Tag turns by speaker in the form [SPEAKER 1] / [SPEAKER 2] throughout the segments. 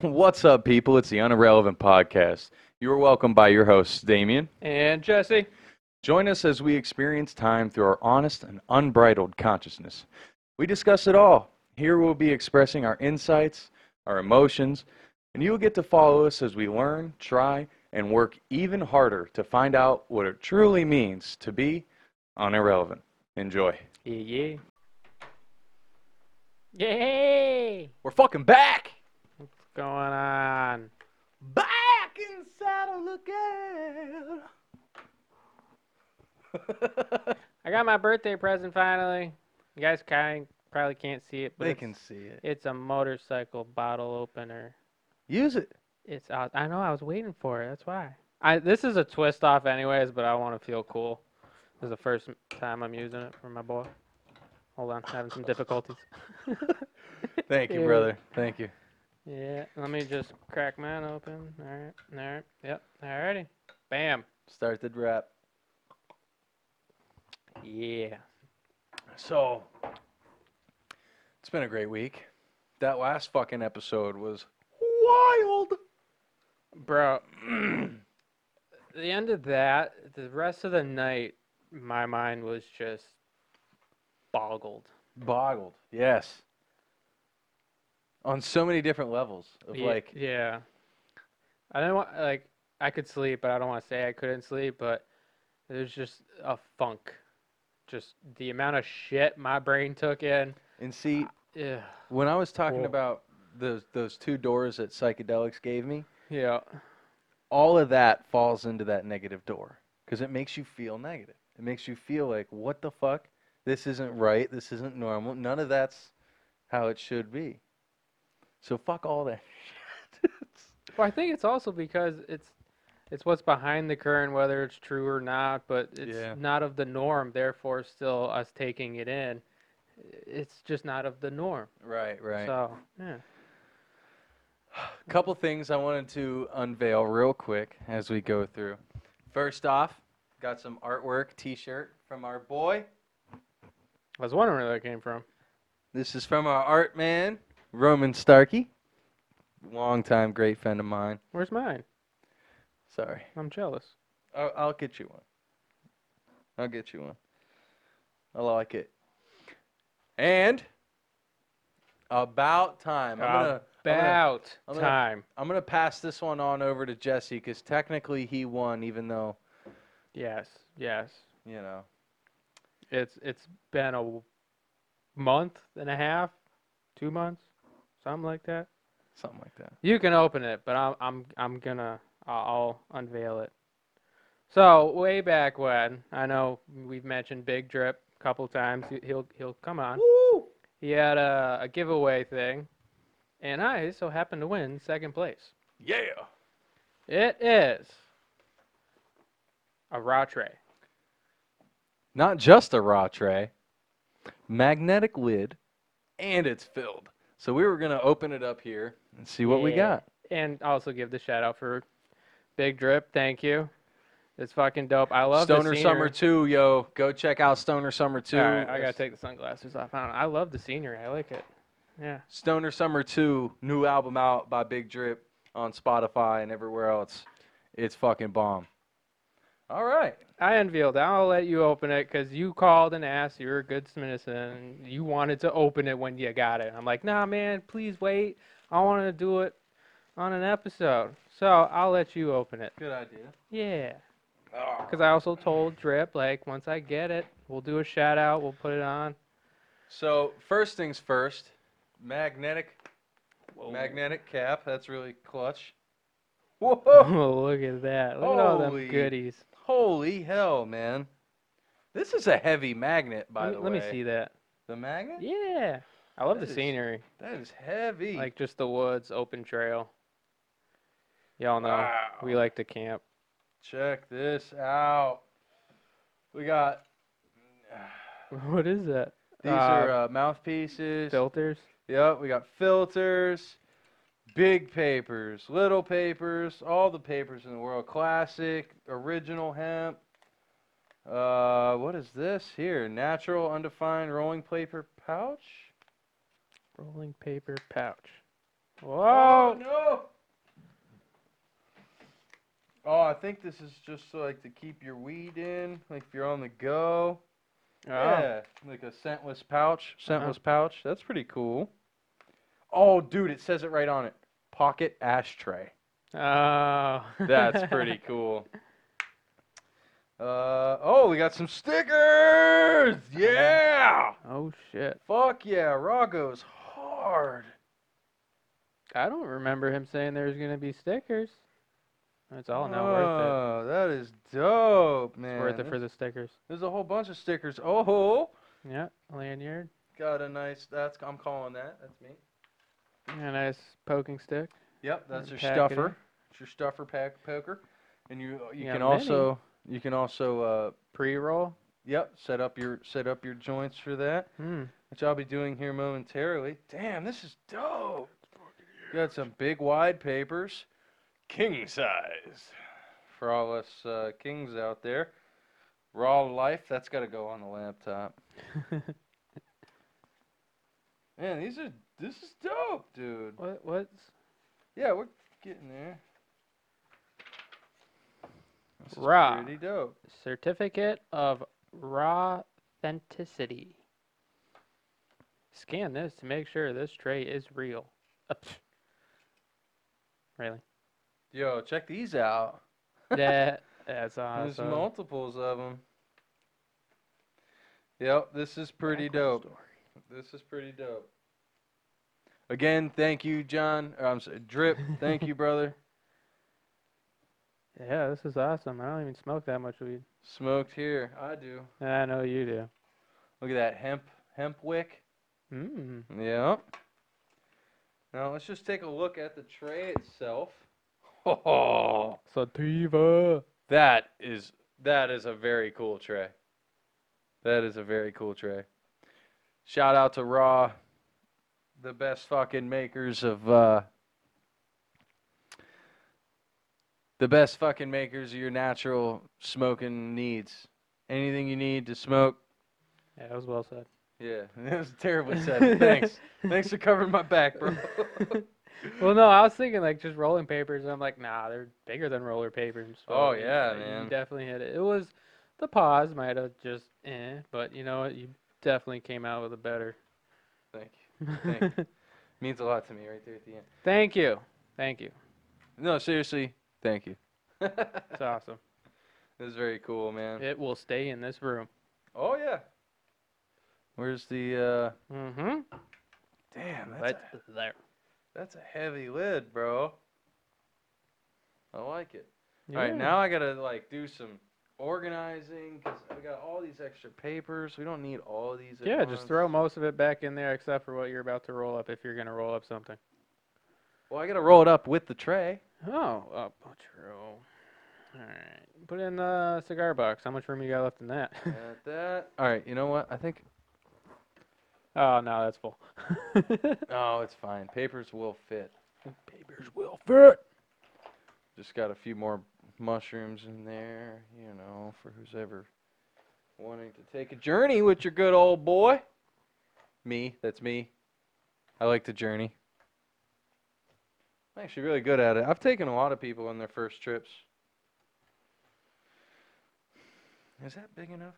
[SPEAKER 1] What's up, people? It's the Unirrelevant Podcast. You are welcomed by your hosts, Damien.
[SPEAKER 2] And Jesse.
[SPEAKER 1] Join us as we experience time through our honest and unbridled consciousness. We discuss it all. Here we'll be expressing our insights, our emotions, and you will get to follow us as we learn, try, and work even harder to find out what it truly means to be unirrelevant. Enjoy.
[SPEAKER 2] Yeah, yeah. Yay!
[SPEAKER 1] We're fucking back!
[SPEAKER 2] What's going on?
[SPEAKER 1] Back inside of lookout!
[SPEAKER 2] I got my birthday present finally. You guys kind probably can't see it, but
[SPEAKER 1] they
[SPEAKER 2] it's,
[SPEAKER 1] can see it.
[SPEAKER 2] it's a motorcycle bottle opener.
[SPEAKER 1] Use it.
[SPEAKER 2] It's out. I know I was waiting for it. That's why. I this is a twist off, anyways, but I want to feel cool. This is the first m- time I'm using it for my boy. Hold on, having some difficulties.
[SPEAKER 1] Thank you,
[SPEAKER 2] Yeah.
[SPEAKER 1] brother. Thank you.
[SPEAKER 2] yeah, let me just crack mine open. All right, all right, yep, alrighty, bam.
[SPEAKER 1] Start the rap.
[SPEAKER 2] Yeah.
[SPEAKER 1] So, it's been a great week. That last fucking episode was wild.
[SPEAKER 2] Bro, the end of that, the rest of the night, my mind was just boggled.
[SPEAKER 1] Boggled. Yes. On so many different levels of
[SPEAKER 2] Ye-
[SPEAKER 1] like,
[SPEAKER 2] yeah. I don't want like I could sleep, but I don't want to say I couldn't sleep, but there's just a funk. Just the amount of shit my brain took in.
[SPEAKER 1] and see,
[SPEAKER 2] Yeah.
[SPEAKER 1] when I was talking
[SPEAKER 2] Whoa.
[SPEAKER 1] about those those two doors that psychedelics gave me,
[SPEAKER 2] Yeah.
[SPEAKER 1] all of that falls into that negative door because it makes you feel negative. It makes you feel like, what the fuck? This isn't right. This isn't normal. None of that's how it should be. So fuck all that. It's-
[SPEAKER 2] Well, I think it's also because it's it's what's behind the current, whether it's true or not, but it's
[SPEAKER 1] Yeah.
[SPEAKER 2] not of the norm. Therefore, still us taking it in, it's just not of the norm.
[SPEAKER 1] right, right.
[SPEAKER 2] So yeah,
[SPEAKER 1] couple things I wanted to unveil real quick as we go through. First off, got some artwork T-shirt from our boy.
[SPEAKER 2] I was wondering where that came from.
[SPEAKER 1] This is from our art man, Roman Starkey, longtime great friend of mine.
[SPEAKER 2] Where's mine?
[SPEAKER 1] Sorry,
[SPEAKER 2] I'm jealous.
[SPEAKER 1] I'll, I'll get you one. I'll get you one. I like it. And about time. I'm
[SPEAKER 2] Uh,
[SPEAKER 1] gonna, I'm gonna
[SPEAKER 2] About
[SPEAKER 1] I'm gonna-
[SPEAKER 2] time.
[SPEAKER 1] I'm gonna pass this one on over to Jesse because technically he won, even though
[SPEAKER 2] Yes, yes.
[SPEAKER 1] you know.
[SPEAKER 2] It's it's been a w- month and a half, two months, something like that.
[SPEAKER 1] Something like that.
[SPEAKER 2] You can open it, but I'm I'm I'm gonna I'll I'll unveil it. So way back when, I know we've mentioned Big Drip a couple times. he- He'll he'll come on.
[SPEAKER 1] Woo!
[SPEAKER 2] He had a, a giveaway thing, and I so happened to win second place.
[SPEAKER 1] Yeah.
[SPEAKER 2] It is a raw tray.
[SPEAKER 1] Not just a raw tray, magnetic lid, and it's filled. So we were gonna open it up here and see what we
[SPEAKER 2] Yeah.
[SPEAKER 1] got.
[SPEAKER 2] and also give the shout out for Big Drip. Thank you. It's fucking dope. I love the
[SPEAKER 1] Stoner Summer
[SPEAKER 2] scenery.
[SPEAKER 1] Two, yo, go check out Stoner Summer Two.
[SPEAKER 2] All right, I gotta take the sunglasses off. I, don't know. I love the scenery. I like it. Yeah.
[SPEAKER 1] Stoner Summer Two, new album out by Big Drip on Spotify and everywhere else. It's fucking bomb. All right.
[SPEAKER 2] I unveiled. it. I'll let you open it because you called and asked. You're a good citizen. You wanted to open it when you got it. I'm like, nah, man, please wait. I wanted to do it on an episode. So I'll let you open it.
[SPEAKER 1] Good idea.
[SPEAKER 2] Yeah.
[SPEAKER 1] Ah.
[SPEAKER 2] Because I also told Drip, like, once I get it, we'll do a shout out. We'll put it on.
[SPEAKER 1] So first things first, magnetic
[SPEAKER 2] Whoa.
[SPEAKER 1] magnetic cap. That's really clutch. Whoa!
[SPEAKER 2] Oh, look at that. Look at all
[SPEAKER 1] Holy
[SPEAKER 2] them goodies.
[SPEAKER 1] Holy hell, man! This is a heavy magnet, by
[SPEAKER 2] let,
[SPEAKER 1] the
[SPEAKER 2] me-
[SPEAKER 1] way.
[SPEAKER 2] let me see that.
[SPEAKER 1] The magnet?
[SPEAKER 2] Yeah. I love
[SPEAKER 1] That
[SPEAKER 2] the
[SPEAKER 1] is
[SPEAKER 2] scenery.
[SPEAKER 1] That is heavy.
[SPEAKER 2] Like, just the woods, open trail. Y'all know.
[SPEAKER 1] Wow.
[SPEAKER 2] We like to camp.
[SPEAKER 1] Check this out. We got
[SPEAKER 2] What is that?
[SPEAKER 1] these
[SPEAKER 2] Uh,
[SPEAKER 1] are uh, mouthpieces.
[SPEAKER 2] Filters?
[SPEAKER 1] Yep, we got filters, big papers, little papers, all the papers in the world. Classic, original hemp. Uh, what is this here? Natural, undefined rolling paper pouch.
[SPEAKER 2] Rolling paper pouch.
[SPEAKER 1] Oh,
[SPEAKER 2] Whoa.
[SPEAKER 1] no! Oh, I think this is just so, like to keep your weed in, like if you're on the go.
[SPEAKER 2] Oh. Uh-huh.
[SPEAKER 1] Yeah, like a scentless pouch. Scentless pouch. That's pretty cool. Oh, dude, it says it right on it. Pocket ashtray.
[SPEAKER 2] Oh.
[SPEAKER 1] That's pretty cool. Uh, oh, we got some stickers. Yeah.
[SPEAKER 2] Oh shit.
[SPEAKER 1] Fuck yeah, Raw goes hard.
[SPEAKER 2] I don't remember him saying there was gonna be stickers. It's all not worth it.
[SPEAKER 1] Oh, that is dope, man.
[SPEAKER 2] It's worth it for
[SPEAKER 1] There's-
[SPEAKER 2] the stickers.
[SPEAKER 1] There's a whole bunch of stickers. Oh,
[SPEAKER 2] Yeah, lanyard
[SPEAKER 1] got a nice. That's I'm calling that. That's me.
[SPEAKER 2] and a nice poking stick.
[SPEAKER 1] Yep, that's your
[SPEAKER 2] pack it
[SPEAKER 1] stuffer.
[SPEAKER 2] in.
[SPEAKER 1] It's your stuffer pack poker, and you you
[SPEAKER 2] Yeah,
[SPEAKER 1] can
[SPEAKER 2] many.
[SPEAKER 1] also you can also uh,
[SPEAKER 2] Pre-roll.
[SPEAKER 1] yep set up your set up your joints for that,
[SPEAKER 2] Hmm.
[SPEAKER 1] which I'll be doing here momentarily. Damn, this is dope. Got some big wide papers, king size, for all us uh, kings out there. Raw life, that's got to go on the laptop. Man, these are this is dope, dude.
[SPEAKER 2] what? What's
[SPEAKER 1] Yeah, we're getting there. This is
[SPEAKER 2] Raw.
[SPEAKER 1] pretty dope.
[SPEAKER 2] certificate of raw authenticity? Scan this to make sure this tray is real. Uh, pfft. really?
[SPEAKER 1] Yo, check these out.
[SPEAKER 2] That. That's
[SPEAKER 1] There's
[SPEAKER 2] awesome.
[SPEAKER 1] multiples of them. Yep, this is pretty dope. This is pretty dope. Again, thank you, John. Or, I'm sorry, Drip. Thank you, brother.
[SPEAKER 2] Yeah, this is awesome. I don't even smoke that much weed.
[SPEAKER 1] Smoked here. I do.
[SPEAKER 2] I know you do.
[SPEAKER 1] Look at that hemp hemp wick.
[SPEAKER 2] Mm.
[SPEAKER 1] Yep. Now let's just take a look at the tray itself. Oh.
[SPEAKER 2] Mm. Sativa.
[SPEAKER 1] That is that is a very cool tray. That is a very cool tray. Shout out to Raw, the best fucking makers of uh the best fucking makers of your natural smoking needs. Anything you need to smoke.
[SPEAKER 2] Yeah, that was well said.
[SPEAKER 1] Yeah, that was terribly said. Thanks. Thanks for covering my back, bro.
[SPEAKER 2] well, no, I was thinking like just rolling papers, and I'm like, nah, they're bigger than roller papers. so,
[SPEAKER 1] Oh,
[SPEAKER 2] you know,
[SPEAKER 1] yeah,
[SPEAKER 2] you
[SPEAKER 1] man.
[SPEAKER 2] definitely hit it. It was the pause might have just eh, but you know what? You definitely came out with a better.
[SPEAKER 1] Thank you. Thank you. Means a lot to me right there at the end.
[SPEAKER 2] Thank you, thank you.
[SPEAKER 1] No, seriously, thank you. this
[SPEAKER 2] It's awesome.
[SPEAKER 1] is very cool, man.
[SPEAKER 2] It will stay in this room.
[SPEAKER 1] Oh yeah. Where's the uh
[SPEAKER 2] Mm-hmm.
[SPEAKER 1] Damn, that's,
[SPEAKER 2] Right
[SPEAKER 1] a,
[SPEAKER 2] there.
[SPEAKER 1] that's a heavy lid, bro. I like it. All
[SPEAKER 2] Yeah.
[SPEAKER 1] right, now I got to like do some organizing cuz we got all these extra papers. We don't need all these at
[SPEAKER 2] Yeah, just throw
[SPEAKER 1] once.
[SPEAKER 2] most of it back in there, except for what you're about to roll up, if you're gonna roll up something.
[SPEAKER 1] Well, I got to roll it up with the tray.
[SPEAKER 2] Oh, uh, oh, true. All right, put it in the cigar box. How much room you got left in that?
[SPEAKER 1] At that. All right, you know what? I think
[SPEAKER 2] oh no, that's full.
[SPEAKER 1] No, Oh, it's fine. Papers will fit.
[SPEAKER 2] Papers will fit.
[SPEAKER 1] Just got a few more mushrooms in there, you know, for who's ever wanting to take a journey with your good old boy. Me, that's me. I like to journey. I'm actually really good at it. I've taken a lot of people on their first trips. Is that big enough?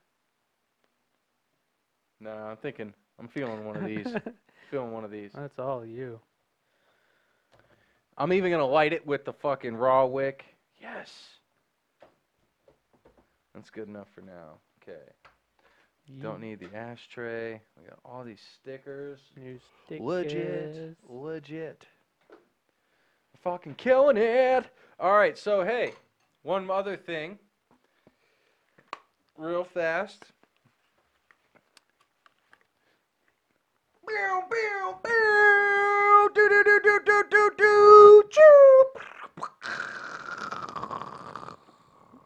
[SPEAKER 1] No, I'm thinking, I'm feeling one of these. feeling one of these.
[SPEAKER 2] that's all you.
[SPEAKER 1] I'm even gonna light it with the fucking raw wick. Yes. That's good enough for now. Okay. Don't
[SPEAKER 2] Ye-
[SPEAKER 1] need the ashtray. We got all these stickers.
[SPEAKER 2] new stickers.
[SPEAKER 1] Legit. Legit. Fucking killing it. All right. So hey, one other thing. Real fast. Bow, bow, bow. Do, do, do, do, do, do, do. Choo.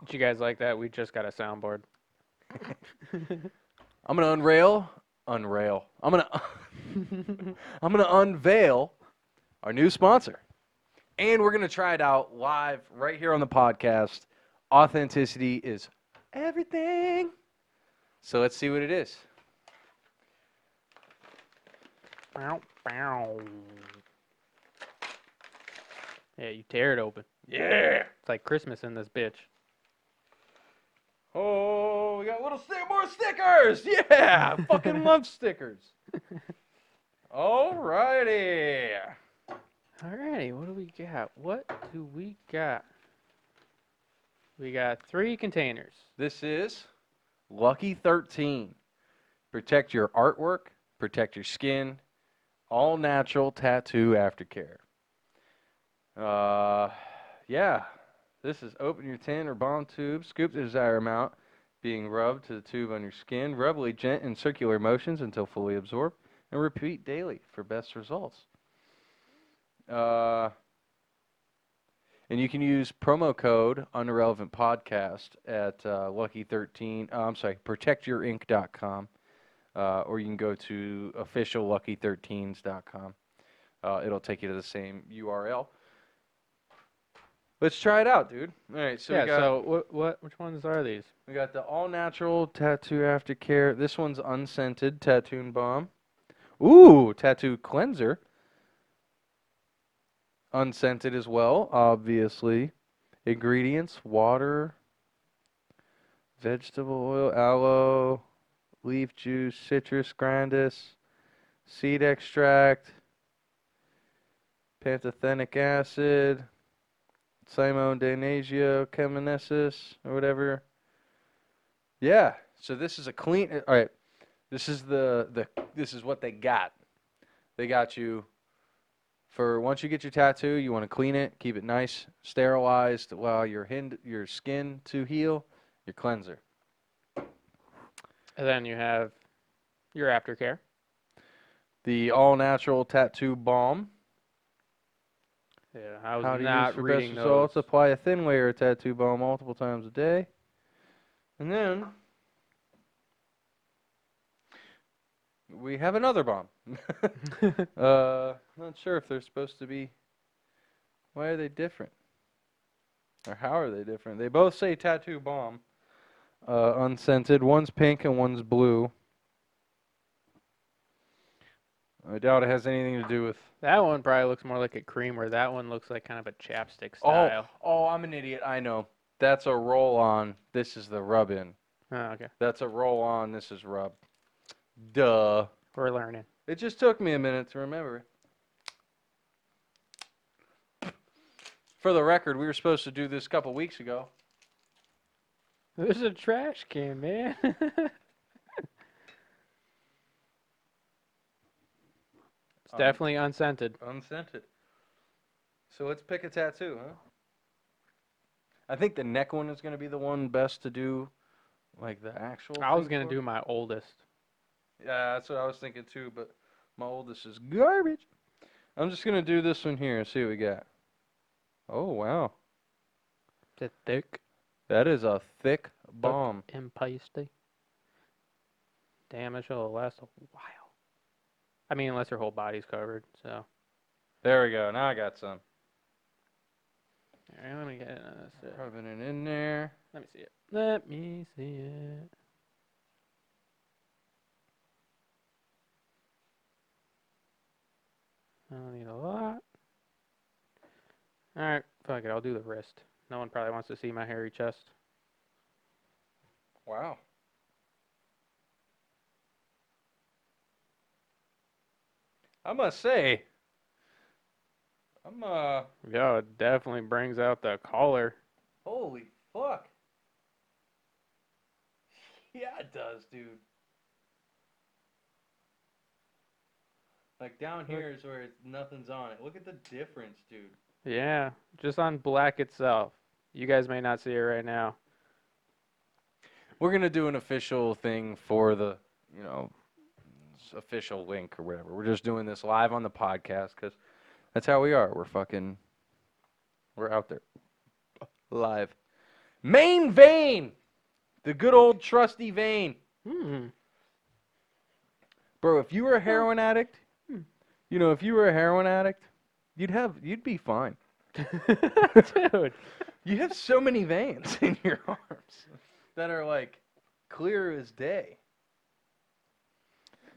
[SPEAKER 2] Did you guys like that? We just got a soundboard.
[SPEAKER 1] I'm gonna unrail, unrail. I'm gonna, I'm gonna unveil our new sponsor, and we're gonna try it out live right here on the podcast. Authenticity is everything. So let's see what it is.
[SPEAKER 2] Bow, bow. Yeah, you tear it open.
[SPEAKER 1] Yeah.
[SPEAKER 2] It's like Christmas in this bitch.
[SPEAKER 1] Oh, we got little sti- more stickers. Yeah, fucking love stickers. Alrighty.
[SPEAKER 2] Alrighty, what do we got? What do we got? We got three containers.
[SPEAKER 1] This is Lucky 13. Protect your artwork, protect your skin, all natural tattoo aftercare. Uh, yeah. This is open your tin or bomb tube, scoop the desired amount being rubbed to the tube on your skin. Rub gent in circular motions until fully absorbed, and repeat daily for best results. Uh, and you can use promo code on the relevant podcast at uh, lucky13 uh, i'm sorry protectyourinc.com uh, or you can go to officiallucky13s.com uh, it'll take you to the same url let's try it out dude all right so
[SPEAKER 2] yeah,
[SPEAKER 1] we got
[SPEAKER 2] so what, what which ones are these?
[SPEAKER 1] we got the all natural tattoo aftercare. This one's unscented tattoo and balm. Ooh, tattoo cleanser. Unscented as well, obviously. Ingredients: water, vegetable oil, aloe, leaf juice, citrus grandis, seed extract, pantothenic acid, Simon Danasio cheminesis or whatever. Yeah. So this is a clean. uh, All right. This is the the this is what they got. They got you for once you get your tattoo, you want to clean it, keep it nice, sterilized, allow your hind your skin to heal, your cleanser.
[SPEAKER 2] And then you have your aftercare.
[SPEAKER 1] The all natural tattoo balm.
[SPEAKER 2] Yeah, I was
[SPEAKER 1] How to use
[SPEAKER 2] not
[SPEAKER 1] for best
[SPEAKER 2] reading
[SPEAKER 1] results.
[SPEAKER 2] those.
[SPEAKER 1] Apply a thin layer of tattoo balm multiple times a day. And then we have another bomb. Uh, not sure if they're supposed to be. Why are they different? Or how are they different? They both say tattoo bomb. Uh, unscented. One's pink and one's blue. I doubt it has anything to do with.
[SPEAKER 2] that one probably looks more like a cream, where that one looks like kind of a chapstick style.
[SPEAKER 1] Oh, I'm an idiot. I know. That's a roll on. This is the rub in.
[SPEAKER 2] Oh, okay.
[SPEAKER 1] That's a roll on. This is rub. Duh.
[SPEAKER 2] We're learning.
[SPEAKER 1] It just took me a minute to remember. it. For the record, we were supposed to do this a couple weeks ago.
[SPEAKER 2] There's a trash can, man. it's
[SPEAKER 1] Um,
[SPEAKER 2] definitely unscented.
[SPEAKER 1] Unscented. So let's pick a tattoo, huh? I think the neck one is going to be the one best to do, like the actual.
[SPEAKER 2] I was
[SPEAKER 1] thing
[SPEAKER 2] gonna
[SPEAKER 1] for.
[SPEAKER 2] do my oldest.
[SPEAKER 1] Yeah, that's what I was thinking too, but my oldest is garbage. I'm just going to do this one here and see what we got. Oh, wow.
[SPEAKER 2] Is it thick
[SPEAKER 1] That is a thick bomb.
[SPEAKER 2] and pasty? Damn, it shall last a while. I mean, unless your whole body's covered. So,
[SPEAKER 1] There we go. Now I got some.
[SPEAKER 2] all right, let me get another sip.
[SPEAKER 1] Rubbing it in there.
[SPEAKER 2] Let me see it. Let me see it. I don't need a lot. Alright, fuck it, I'll do the wrist. No one probably wants to see my hairy chest.
[SPEAKER 1] Wow. I must say, I'm uh,
[SPEAKER 2] Yeah, it definitely brings out the collar.
[SPEAKER 1] holy fuck. Yeah, it does, dude. Like down here is where it's, nothing's on it. Look at the difference, dude.
[SPEAKER 2] Yeah, just on black itself. You guys may not see it right now.
[SPEAKER 1] We're gonna do an official thing for the, you know, s- official link or whatever. We're just doing this live on the podcast because that's how we are. We're fucking, we're out there, live. Main vein, the good old trusty vein,
[SPEAKER 2] Hmm.
[SPEAKER 1] bro. If you were a heroin addict,
[SPEAKER 2] Hmm.
[SPEAKER 1] you know, if you were a heroin addict, you'd have, you'd be fine.
[SPEAKER 2] Dude.
[SPEAKER 1] You have so many veins in your arms that are like clear as day.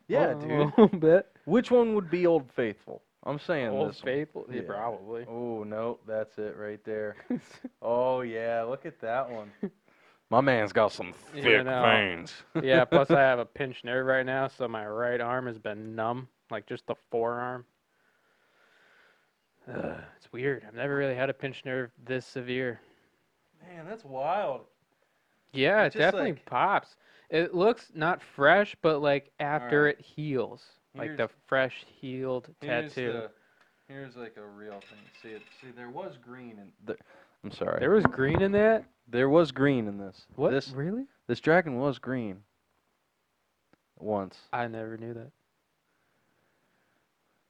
[SPEAKER 1] Yeah, dude.
[SPEAKER 2] A little bit.
[SPEAKER 1] Oh. Which one would be Old Faithful? I'm saying
[SPEAKER 2] Old
[SPEAKER 1] this. one.
[SPEAKER 2] Faithful? Yeah,
[SPEAKER 1] Yeah.
[SPEAKER 2] probably.
[SPEAKER 1] Oh no, that's it right there. Oh yeah, look at that one. My man's got some
[SPEAKER 2] Yeah,
[SPEAKER 1] thick
[SPEAKER 2] no.
[SPEAKER 1] veins.
[SPEAKER 2] yeah, plus I have a pinched nerve right now, so my right arm has been numb, like just the forearm. Ugh, it's weird. I've never really had a pinched nerve this severe.
[SPEAKER 1] Man, that's wild.
[SPEAKER 2] Yeah,
[SPEAKER 1] It's
[SPEAKER 2] it
[SPEAKER 1] just
[SPEAKER 2] definitely
[SPEAKER 1] like-
[SPEAKER 2] pops. It looks not fresh, but like after it heals, like the
[SPEAKER 1] Here's-
[SPEAKER 2] fresh healed
[SPEAKER 1] Here's
[SPEAKER 2] tattoo.
[SPEAKER 1] the- here's like a real thing. See, it, see, there was green in. There, I'm sorry.
[SPEAKER 2] There was green in that.
[SPEAKER 1] There was green in this.
[SPEAKER 2] What?
[SPEAKER 1] This
[SPEAKER 2] Really?
[SPEAKER 1] this dragon was green. Once.
[SPEAKER 2] I never knew that.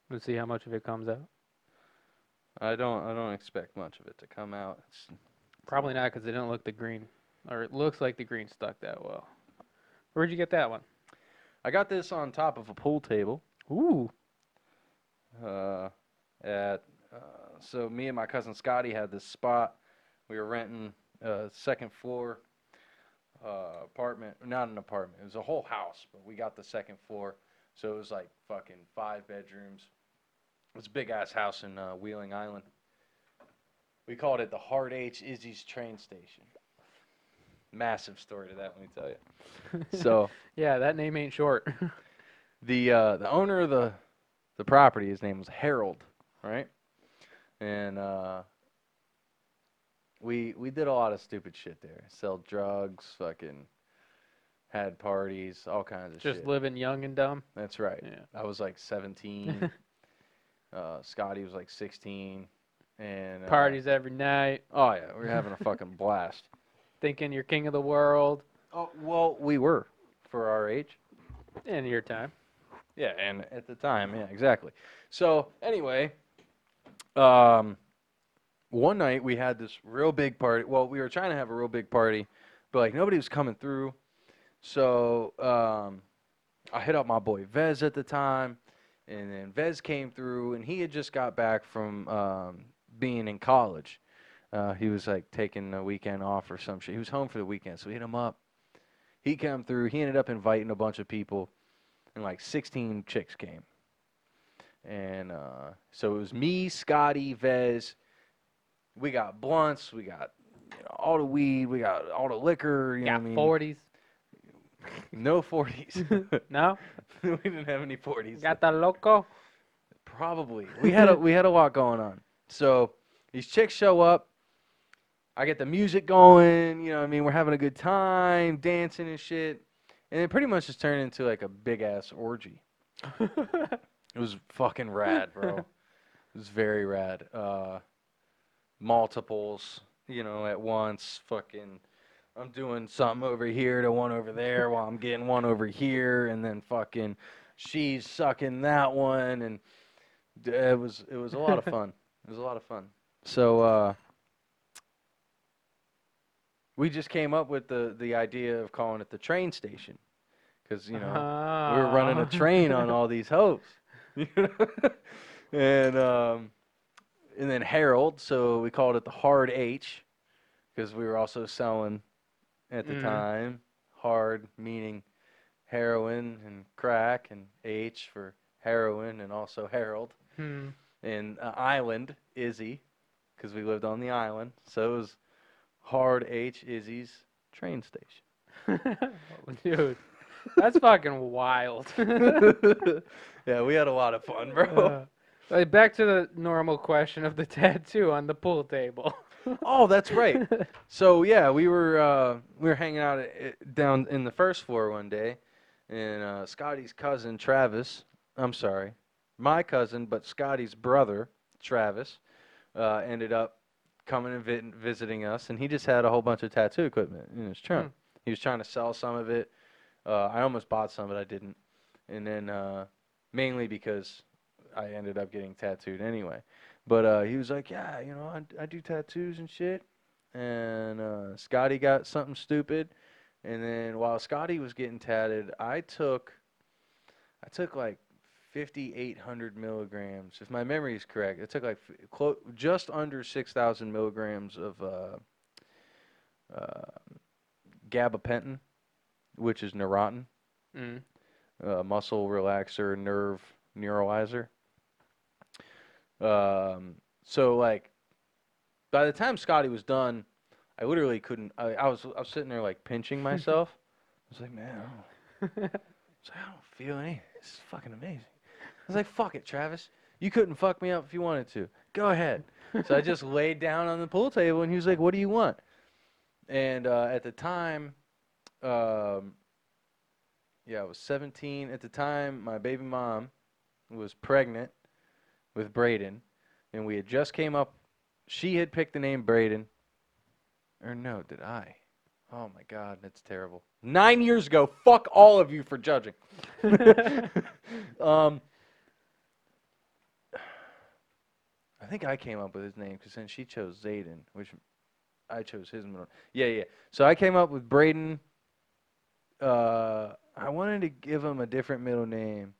[SPEAKER 2] Let's see how much of it comes out.
[SPEAKER 1] I don't I don't expect much of it to come out. It's,
[SPEAKER 2] Probably not because it didn't look the green, or it looks like the green stuck that well. Where'd you get that one?
[SPEAKER 1] I got this on top of a pool table.
[SPEAKER 2] Ooh.
[SPEAKER 1] uh, at uh, so me and my cousin Scotty had this spot. We were renting a second floor uh, apartment, not an apartment. It was a whole house, but we got the second floor, so it was like fucking five bedrooms. It was a big ass house in uh, Wheeling Island. We called it the Hard H Izzy's train station. Massive story to that, let me tell you. So
[SPEAKER 2] Yeah, that name ain't short.
[SPEAKER 1] the uh, the owner of the the property, his name was Harold, right? And uh, we we did a lot of stupid shit there. Sell drugs, fucking had parties, all kinds of
[SPEAKER 2] Just
[SPEAKER 1] shit.
[SPEAKER 2] living young and dumb.
[SPEAKER 1] That's right.
[SPEAKER 2] Yeah.
[SPEAKER 1] I was like 17. uh, Scotty was like 16, and uh,
[SPEAKER 2] Parties every night,
[SPEAKER 1] Oh yeah, we were having a fucking blast.
[SPEAKER 2] thinking you're king of the world
[SPEAKER 1] Oh well, we were for our age.
[SPEAKER 2] in your time.
[SPEAKER 1] Yeah, and at the time, yeah, exactly. So anyway, um, one night we had this real big party. Well, we were trying to have a real big party, but like nobody was coming through. So um, I hit up my boy Vez at the time, and then Vez came through, and he had just got back from um, being in college. Uh, he was like taking a weekend off or some shit. He was home for the weekend, so we hit him up. He came through. He ended up inviting a bunch of people and like 16 chicks came. And uh, so it was me, Scotty, Vez. We got blunts, we got you know, all the weed, we got all the liquor. You know
[SPEAKER 2] Got
[SPEAKER 1] what I mean?
[SPEAKER 2] 40s.
[SPEAKER 1] No 40s.
[SPEAKER 2] No?
[SPEAKER 1] we didn't have any 40s.
[SPEAKER 2] Got the loco?
[SPEAKER 1] Probably. We had a we had a lot going on. So these chicks show up. I get the music going, you know what I mean? We're having a good time, dancing and shit. And it pretty much just turned into like a big ass orgy. It was fucking rad, bro. it was very rad. Uh, multiples, you know, at once. Fucking, I'm doing something over here to one over there while I'm getting one over here, and then fucking, she's sucking that one, and d- it was it was a lot of fun. It was a lot of fun. So uh, we just came up with the the idea of calling it the train station, because you know we were running a
[SPEAKER 2] Ah.
[SPEAKER 1] train on all these hoes. You know? and um, and then Harold, so we called it the Hard H because we were also selling at the
[SPEAKER 2] Mm.
[SPEAKER 1] time. Hard meaning heroin and crack, and H for heroin and also Harold.
[SPEAKER 2] Hmm.
[SPEAKER 1] And uh, Island, Izzy, because we lived on the island. So it was Hard H Izzy's train station.
[SPEAKER 2] Dude, that's fucking wild.
[SPEAKER 1] yeah, we had a lot of fun, bro.
[SPEAKER 2] Uh, like, back to the normal question of the tattoo on the pool table.
[SPEAKER 1] Oh, that's right. so yeah, we were uh, we were hanging out at, at- down in the first floor one day, and uh, Scotty's cousin Travis. I'm sorry, my cousin, but Scotty's brother Travis uh, ended up coming and vi- visiting us, and he just had a whole bunch of tattoo equipment in his trunk. He was trying to sell some of it. Uh, I almost bought some, but I didn't. And then uh, mainly because I ended up getting tattooed anyway. But uh, he was like, yeah, you know, I, I do tattoos and shit. And uh, Scotty got something stupid. And then while Scotty was getting tatted, I took, I took like 5,800 milligrams, if my memory is correct. I took like f- clo- just under 6,000 milligrams of uh, uh, gabapentin, which is Neurontin,
[SPEAKER 2] Mm.
[SPEAKER 1] uh, muscle relaxer, nerve neuralizer. Um, so like, by the time Scotty was done, I literally couldn't. I, I was I was sitting there like pinching myself. I was like, man, I don't, I was like, I don't feel anything. This is fucking amazing. I was like, fuck it, Travis. You couldn't fuck me up if you wanted to. Go ahead. So I just laid down on the pool table, and he was like, "What do you want?" And uh, at the time, um, yeah, I was 17. At the time, my baby mom was pregnant with Braden, and we had just came up. She had picked the name Braden, or no, did I? Oh my God, that's terrible. Nine years ago, fuck all of you for judging.
[SPEAKER 2] Hmm.
[SPEAKER 1] um, I think I came up with his name because then she chose Zayden, which I chose his middle. Yeah, yeah. So I came up with Braden. Uh, I wanted to give him a different middle name,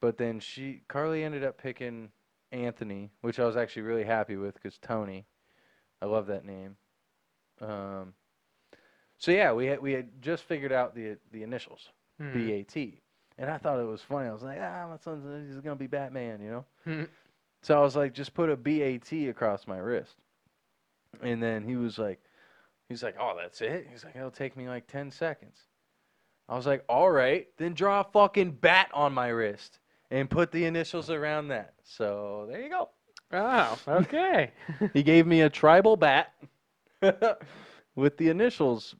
[SPEAKER 1] but then she Carly ended up picking Anthony, which I was actually really happy with because Tony, I love that name. Um, so yeah, we had we had just figured out the the initials.
[SPEAKER 2] Hmm.
[SPEAKER 1] BAT. And I thought it was funny. I was like, ah, my son's he's gonna be Batman, you
[SPEAKER 2] Hmm.
[SPEAKER 1] know. so I was like, just put a BAT across my wrist. And then he was like, he's like, oh, that's it. He's like, it'll take me like ten seconds. I was like, all right, then draw a fucking bat on my wrist and put the initials around that. So there you go.
[SPEAKER 2] Oh, okay.
[SPEAKER 1] he gave me a tribal bat with the initials